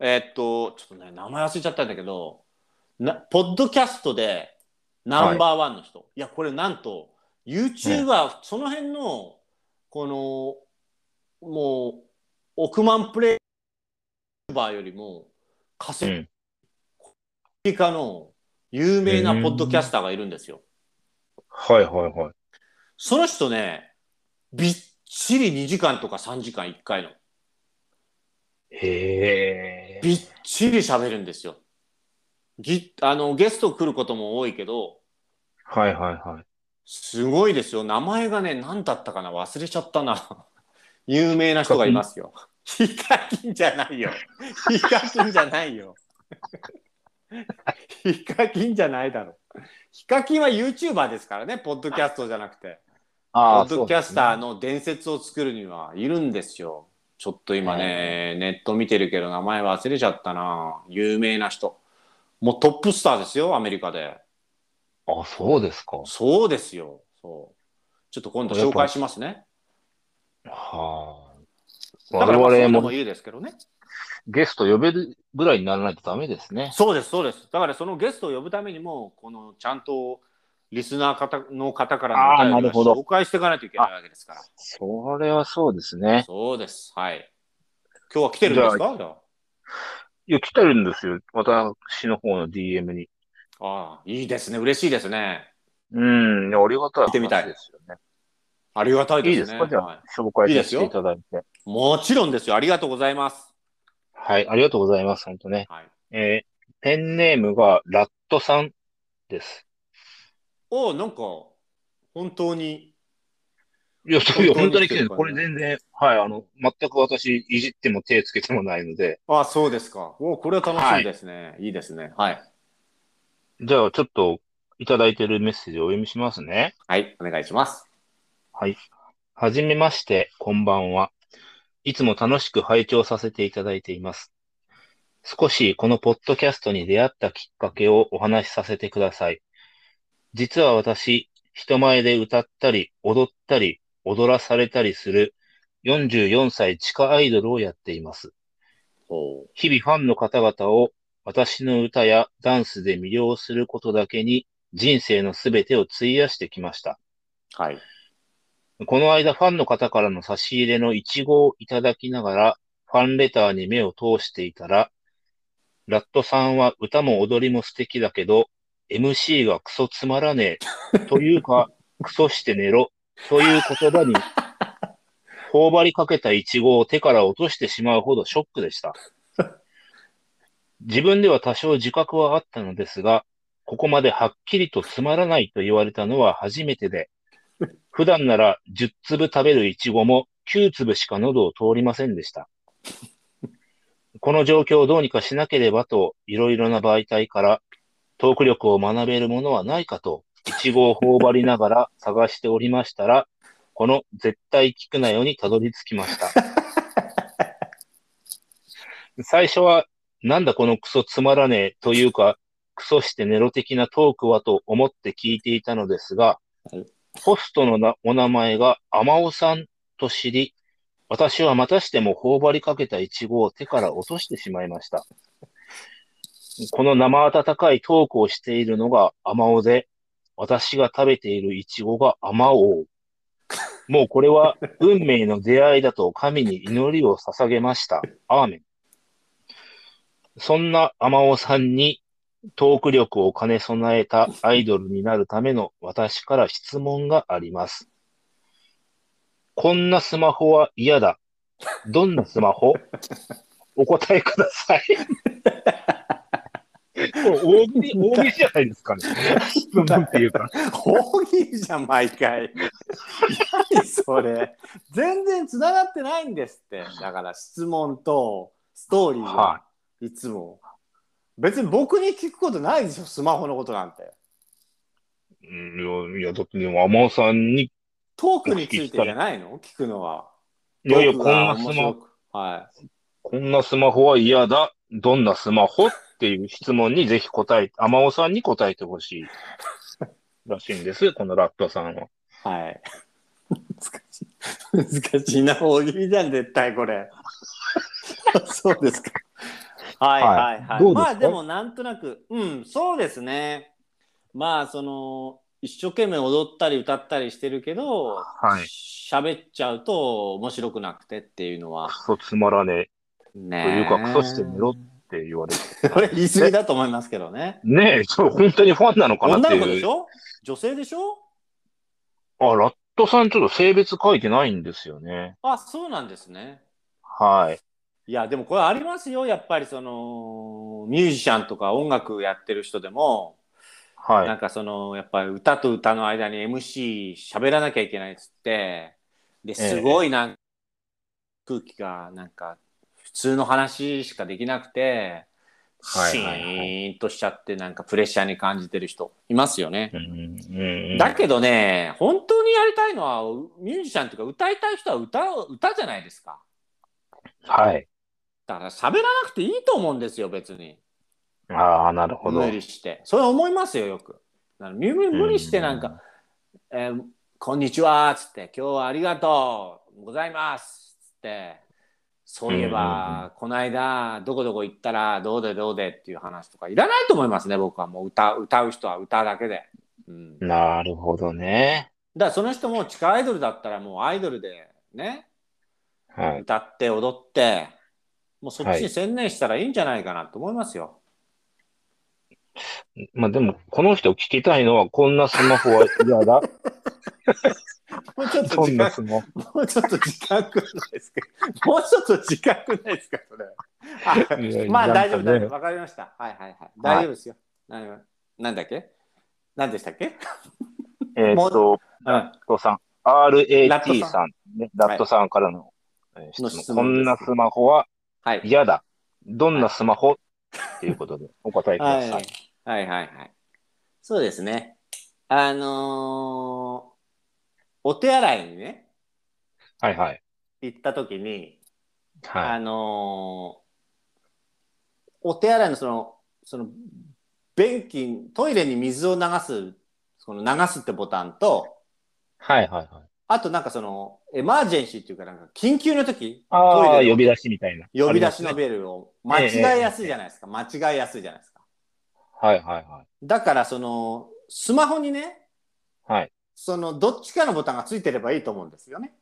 Speaker 2: えーっと、ちょっとね、名前忘れちゃったんだけど、なポッドキャストでナンバーワンの人、い、やこれなんと YouTuber、その辺のこのもう億万プレイバーよりも稼
Speaker 3: う
Speaker 2: い
Speaker 3: ん。
Speaker 2: アメリカの有名なポッドキャスターがいるんですよ。
Speaker 3: はいはいはい。
Speaker 2: その人ねびっちり2時間とか3時間1回の
Speaker 3: へえ。
Speaker 2: びっちり喋るんですよ。ぎあのゲスト来ることも多いけど
Speaker 3: はいはいはい。
Speaker 2: すごいですよ。名前がね、何だったかな忘れちゃったな。 有名な人がいますよ。ヒカキンじゃないよ。ヒカキンじゃないよ。ヒカキンじゃないだろ。ヒカキンは YouTuber ですからね、ポッドキャストじゃなくて。ポ
Speaker 3: あ
Speaker 2: ッドキャスターの伝説を作るにはいるんですよ。ちょっと今ね、ネット見てるけど名前忘れちゃったな。有名な人。もうトップスターですよ、アメリカで。
Speaker 3: あ、そうですか。
Speaker 2: そうですよ。そう。ちょっと今度紹介しますね。
Speaker 3: はあ。
Speaker 2: だからまあそうい
Speaker 3: 我
Speaker 2: う
Speaker 3: 々
Speaker 2: の
Speaker 3: も
Speaker 2: もいいですけどね。
Speaker 3: ゲスト呼べるぐらいにならないとダメですね。
Speaker 2: そうです、そうです。だからそのゲストを呼ぶためにも、このちゃんとリスナー方の方からのお
Speaker 3: あー
Speaker 2: 便
Speaker 3: な
Speaker 2: り
Speaker 3: る
Speaker 2: を
Speaker 3: ほど
Speaker 2: 紹介していかないといけないわけですから。
Speaker 3: それはそうですね。
Speaker 2: そうです。はい。今日は来てるんですかじゃあ
Speaker 3: いや、来てるんですよ。私の方の DM に。
Speaker 2: ああ、いいですね。嬉しいですね。
Speaker 3: うん、いやありがたい
Speaker 2: 来てみたい
Speaker 3: 話ですよね。
Speaker 2: ありがたいですね。
Speaker 3: いいですかじゃあ
Speaker 2: はい
Speaker 3: 紹介
Speaker 2: いいで
Speaker 3: し
Speaker 2: すよ
Speaker 3: ていただいて。
Speaker 2: もちろんですよ。ありがとうございます。
Speaker 3: はい、ありがとうございます。本当ね。
Speaker 2: はい、
Speaker 3: えーペンネームがラットさんです。
Speaker 2: おお、なんか、本当に。
Speaker 3: いや、そうよ、
Speaker 2: 本
Speaker 3: 本
Speaker 2: 当
Speaker 3: 当
Speaker 2: に来
Speaker 3: に来
Speaker 2: て
Speaker 3: て
Speaker 2: る
Speaker 3: る。
Speaker 2: からね
Speaker 3: これ全然、はい、あの、全く私、いじっても手つけてもないので、
Speaker 2: ああ、そうですか。おお、これは楽しいですね。い、いですね。はい。
Speaker 3: じゃあ、ちょっと、いただいてるメッセージをお読みしますね。
Speaker 2: はい、お願いします。
Speaker 3: はい。はじめまして、こんばんは。いつも楽しく拝聴させていただいています。少しこのポッドキャストに出会ったきっかけをお話しさせてください。実は私、人前で歌ったり、踊ったり、踊らされたりする44歳地下アイドルをやっています。
Speaker 2: お
Speaker 3: 日々ファンの方々を私の歌やダンスで魅了することだけに人生のすべてを費やしてきました。
Speaker 2: はい。
Speaker 3: この間、ファンの方からの差し入れのイチゴをいただきながら、ファンレターに目を通していたら、ラットさんは歌も踊りも素敵だけど、MC がクソつま らねえ、というか、クソして寝ろ、という言葉に、頬張りかけたイチゴを手から落としてしまうほどショックでした。自分では多少自覚はあったのですが、ここまではっきりとつまらないと言われたのは初めてで、普段なら10粒食べるイチゴも9粒しか喉を通りませんでした。この状況をどうにかしなければと、いろいろな媒体からトーク力を学べるものはないかと、イチゴを頬張りながら探しておりましたら、この絶対聞くなよにたどり着きました。最初は、なんだこのクソつまらねえというか、クソしてネロ的なトークはと思って聞いていたのですが
Speaker 4: はい、
Speaker 3: ホストのなお名前が天尾さんと知り、私はまたしても頬張りかけたイチゴを手から落としてしまいました。この生温かいトークをしているのが天尾で、私が食べているイチゴが天尾。もうこれは運命の出会いだと神に祈りを捧げました。アーメン。そんな天尾さんにトーク力を兼ね備えたアイドルになるための私から質問があります。こんなスマホは嫌だ。どんなスマホお答えください。これ大喜利、大喜利じゃないですかね。質問っていうか。
Speaker 4: 大喜利じゃん毎 回何それ全然つながってないんですってだから質問とストーリー
Speaker 3: はい
Speaker 4: つも別に僕に聞くことないでしょスマホのことなんて
Speaker 3: い。うん、いや、いやだってでも、天尾さんに、
Speaker 4: トークについてじゃないの聞くのはい
Speaker 3: やいや、
Speaker 4: トー
Speaker 3: こん
Speaker 4: クが
Speaker 3: な
Speaker 4: 面
Speaker 3: スマ
Speaker 4: 白
Speaker 3: ホ、
Speaker 4: くは
Speaker 3: こんなスマホは嫌だ。どんなスマホっていう質問にぜひ答え、天尾さんに答えて ほしい。らしいんです、このラッパさんは。
Speaker 4: いはい難しい難しいな大喜利じゃん絶対これそうですか
Speaker 2: はいはいはい。
Speaker 3: どうですか
Speaker 2: まあでもなんとなく、うん、そうですね。まあその、一生懸命踊ったり歌ったりしてるけど、
Speaker 3: はい
Speaker 2: 喋っちゃうと面白くなくてっていうのは
Speaker 3: ク。ソつまらね
Speaker 2: ね
Speaker 3: え。というか、クソして寝ろって言われて。
Speaker 2: これ言い過ぎだと思いますけどね。
Speaker 3: ねえ、そう、本当にファンなのかなって
Speaker 2: 女
Speaker 3: いう。
Speaker 2: の子でしょ女性でしょ
Speaker 3: あ、ラットさんちょっと性別書いてないんですよね。
Speaker 2: あ、そうなんですね。
Speaker 3: はい。
Speaker 2: いや、でもこれありますよ。やっぱりその、ミュージシャンとか音楽やってる人でも、
Speaker 3: はい。
Speaker 2: なんかそのやっぱり歌と歌の間に MC 喋らなきゃいけないっつってですごいなんか、空気がなんか普通の話しかできなくて、
Speaker 3: はい
Speaker 2: シ
Speaker 3: はいはい
Speaker 2: ーンとしちゃってなんかプレッシャーに感じてる人いますよね。
Speaker 3: うんうんうん
Speaker 2: だけどね本当にやりたいのはミュージシャンとか歌いたい人は歌を歌じゃないですか。
Speaker 3: はい。
Speaker 2: だから喋らなくていいと思うんですよ別に。
Speaker 3: ああ、なるほど。
Speaker 2: 無理して。それ思いますよ、よく。あの無無無理してなんか、えーこんにちは、つって、今日はありがとうございます、つって、そういえ
Speaker 3: うんうん
Speaker 2: ば、この間、どこどこ行ったら、どうでどうでっていう話とか、いらないと思いますね、僕は。もう歌歌う人は歌だけで。うん、だか
Speaker 3: なるほどね。
Speaker 2: ら、その人も地下アイドルだったら、もうアイドルでね、
Speaker 3: はい。
Speaker 2: 歌って踊って、もうそっち
Speaker 3: は
Speaker 2: に
Speaker 3: い
Speaker 2: 専念したらいいんじゃないかなと思いますよ。
Speaker 3: まあでも、この人聞きたいのは、こんなスマホは嫌 だ。
Speaker 4: もうちょっ
Speaker 3: どんなスマホ。
Speaker 4: もうちょっと時間くらいですか。もうちょっと時間くらいですか、それ。
Speaker 2: あ
Speaker 3: いや
Speaker 2: まあ
Speaker 3: な
Speaker 2: 大
Speaker 3: んか
Speaker 2: 丈夫
Speaker 3: ね
Speaker 2: 大丈夫わかりました。はいはいはい。大丈夫ですよ。大丈夫なんだっけなんでしたっけ
Speaker 3: えーっと、
Speaker 2: うん
Speaker 3: ラットさん。RAT
Speaker 2: ラット
Speaker 3: さん。ね、ラットさんからの、えー
Speaker 2: の
Speaker 3: 質
Speaker 2: 質
Speaker 3: 問。こ
Speaker 2: 問
Speaker 3: ん
Speaker 2: です
Speaker 3: なスマホは
Speaker 2: はい。
Speaker 3: 嫌だ。どんなスマホっていうことで、お答えくだ
Speaker 2: は
Speaker 3: さい。
Speaker 2: い。はいはいはい。そうですね。あのーお手洗いにね、
Speaker 3: はいはい。
Speaker 2: 行った時に、
Speaker 3: は
Speaker 2: あ
Speaker 3: い。
Speaker 2: のーお手洗いのその、その、便器、トイレに水を流す、その流すってボタンと、
Speaker 3: はいはいはい。
Speaker 2: あとなんかその、エマージェンシーっていうかなんか緊急の時、
Speaker 3: あ
Speaker 2: ト
Speaker 3: あ
Speaker 2: イレ
Speaker 3: ー、
Speaker 2: の
Speaker 3: 呼び出しみたいな。
Speaker 2: 呼び出しの
Speaker 3: ありますね
Speaker 2: ベルを間違えやすいじゃないですか、間違えやすいじゃないですか
Speaker 3: はいはいはい。
Speaker 2: だからそのスマホにね
Speaker 3: はい。
Speaker 2: そのどっちかのボタンがついてればいいと思うんですよね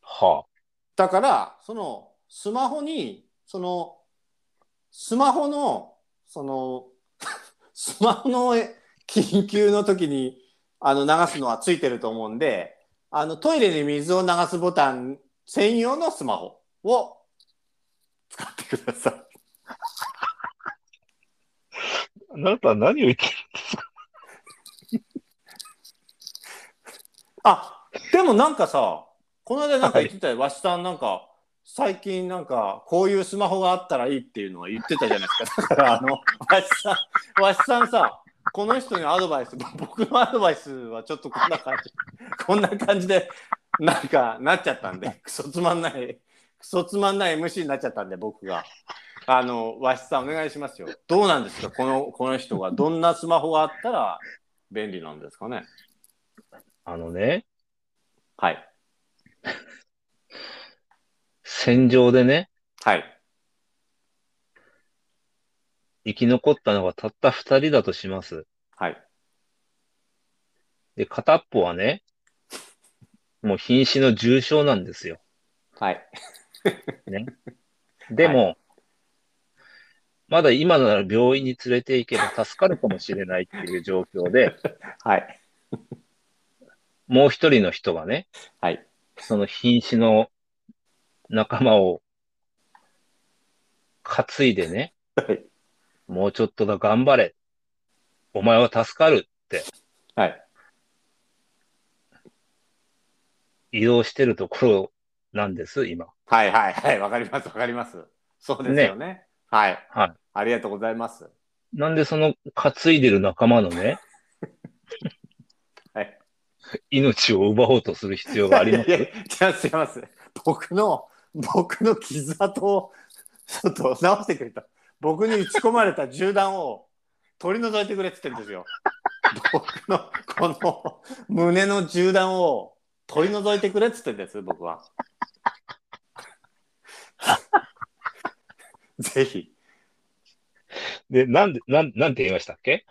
Speaker 3: は
Speaker 2: だからそのスマホにそのスマホのその スマホのえ緊急の時にあの流すのはついてると思うんであのトイレで水を流すボタン専用のスマホを使ってください。
Speaker 3: あなたは何を言ってる
Speaker 2: あでもなんかさこの間なんか言ってたよ、わしさんなんか最近なんかこういうスマホがあったらいいっていうのは言ってたじゃないですかだ からあのわしさんわしさんさこの人にアドバイス僕のアドバイスはちょっとこんな感じこんな感じでなんかなっちゃったんでクソつまんないクソつまんない MC になっちゃったんで僕があのわしさんお願いしますよどうなんですかこのこの人がどんなスマホがあったら便利なんですかね
Speaker 3: あのね、
Speaker 2: はい
Speaker 3: 戦場でね、
Speaker 2: はい
Speaker 3: 生き残ったのがたった二人だとします。
Speaker 2: はい
Speaker 3: で、片っぽはね、もう瀕死の重傷なんですよ。
Speaker 2: はい
Speaker 3: でも、まだ今なら病院に連れて行けば助かるかもしれないっていう状況で、
Speaker 2: はい
Speaker 3: もう一人の人がね、
Speaker 2: はい
Speaker 3: その瀕死の仲間を担いでね、
Speaker 2: はい
Speaker 3: もうちょっとだ頑張れ。お前は助かる。
Speaker 2: はい
Speaker 3: 移動してるところなんです、今。
Speaker 2: はいはいはい わかりますわかりますそうですよねはい、
Speaker 3: はい、
Speaker 2: ありがとうございます
Speaker 3: なんでその担いでる仲間のね、
Speaker 2: はい
Speaker 3: 命を奪おうとする必要があります
Speaker 2: いやいやじゃあすいません僕の僕の傷跡をちょっと直してくれた僕に打ち込まれた銃弾を取り除いてくれって言ってるんですよ僕のこの胸の銃弾を取り除いてくれって言ってるんです僕はぜひ
Speaker 3: で、なんで、なん、なんて言いましたっけ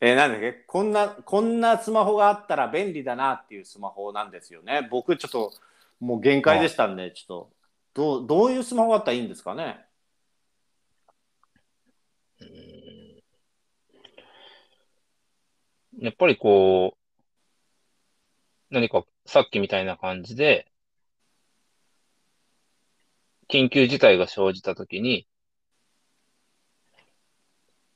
Speaker 2: えーなんだっけこんなこんなスマホがあったら便利だなっていうスマホなんですよね僕ちょっともう限界でしたんでちょっとどうどういうスマホがあったらいいんですかね
Speaker 3: やっぱりこう、何かさっきみたいな感じで、緊急事態が生じたときに、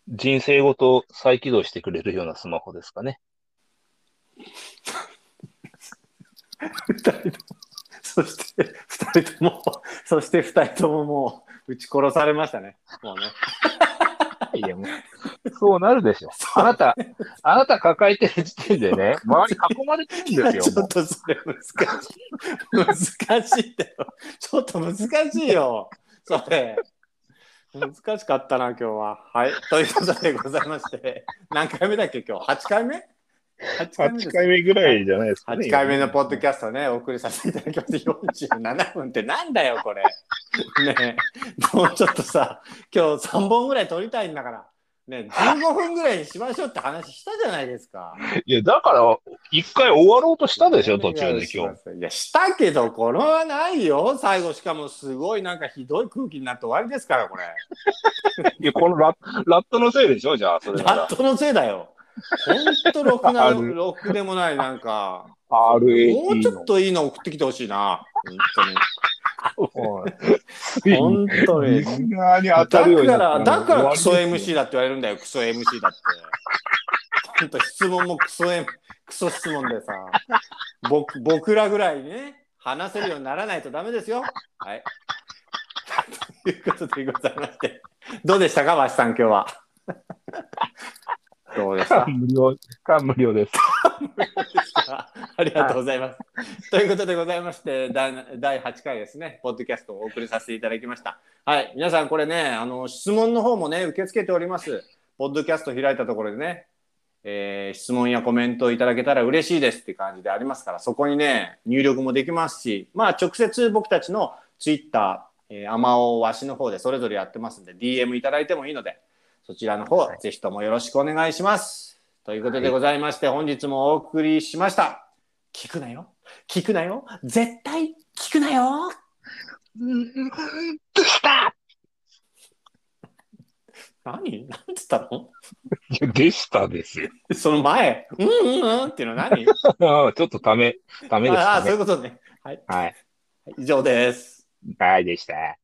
Speaker 3: 人生ごと再起動してくれるようなスマホです かね。
Speaker 2: 2人ともそして2人ともそして2人とももう撃ち殺されましたねもうね
Speaker 3: いや、もう、そうなるでしょ。あなた、あなた抱えてる時点で ね、周り囲まれてるんですよ。
Speaker 2: ちょ
Speaker 3: も
Speaker 2: っとそれ難しい難しいってちょっと難しいよそれ難しかったな今日ははいということでございまして何回目だっけ今日8回目 ?8
Speaker 3: う
Speaker 2: 回目ですか
Speaker 3: 目ぐらいじゃないです
Speaker 2: 8回目のポッドキャストね、お送りさせていただきます。47分ってなんだよ、これ。ねえもうちょっとさ、今日3本ぐらい撮りたいんだから、ねえ、15分ぐらいにしましょうって話したじゃないですか。
Speaker 3: いや、だから、一回終わろうとしたでしょ、途中で今日。
Speaker 2: 日。いや、したけど、これはないよ。最後、しかもすごいなんかひどい空気になって終わりですから、これ。
Speaker 3: いや、このララットのせいでしょ、じゃあ、それな
Speaker 2: ラ
Speaker 3: ら
Speaker 2: ッ。トのせいだよ。ほんと、ろくな、
Speaker 3: ある
Speaker 2: ろくでもない、なんか。もう
Speaker 3: RAT
Speaker 2: ちょ
Speaker 3: の
Speaker 2: っ。といいの送ってきてほしいな。本当
Speaker 3: ついに
Speaker 2: に。本当に
Speaker 3: リ。スナーに
Speaker 2: だ
Speaker 3: 当たるようにな
Speaker 2: か
Speaker 3: った
Speaker 2: ら、だからクソ
Speaker 3: 終わりです
Speaker 2: MC だって言われるんだよ、クソ MC だって。ほんと質問もクソ、M、クソ質問でさ、僕僕らぐらいね、話せるようにならないとダメですよ。はい。ということでございまして、どうでしたか、わしさん、今日 は。どうでした
Speaker 3: 感無量、感無量です。
Speaker 2: ありがとうございます。ということでございまして第、第8回ですね、ポッドキャストをお送りさせていただきました。はい、皆さん、これね、あの質問の方もね、受け付けております。ポッドキャスト開いたところでね、えー質問やコメントをいただけたら嬉しいですって感じでありますから、そこにね、入力もできますし、まあ、直接僕たちのツイッター、えー、アマオわしの方でそれぞれやってますんで、DM いただいてもいいので、そちらの方、ぜひともよろしくお願いします。ということでございまして、本日もお送りしました。聞くなよ聞くなよ絶対聞くなよ
Speaker 3: した
Speaker 2: 何何つったの
Speaker 3: いや、でしたですよ。
Speaker 2: その前、うんうんうんっていうのは何
Speaker 3: あーちょっとため、ためでし
Speaker 2: あ
Speaker 3: た
Speaker 2: あ、そうい
Speaker 3: ね
Speaker 2: う。ことね。はい。
Speaker 3: はい。
Speaker 2: 以上です。
Speaker 3: はい、でした。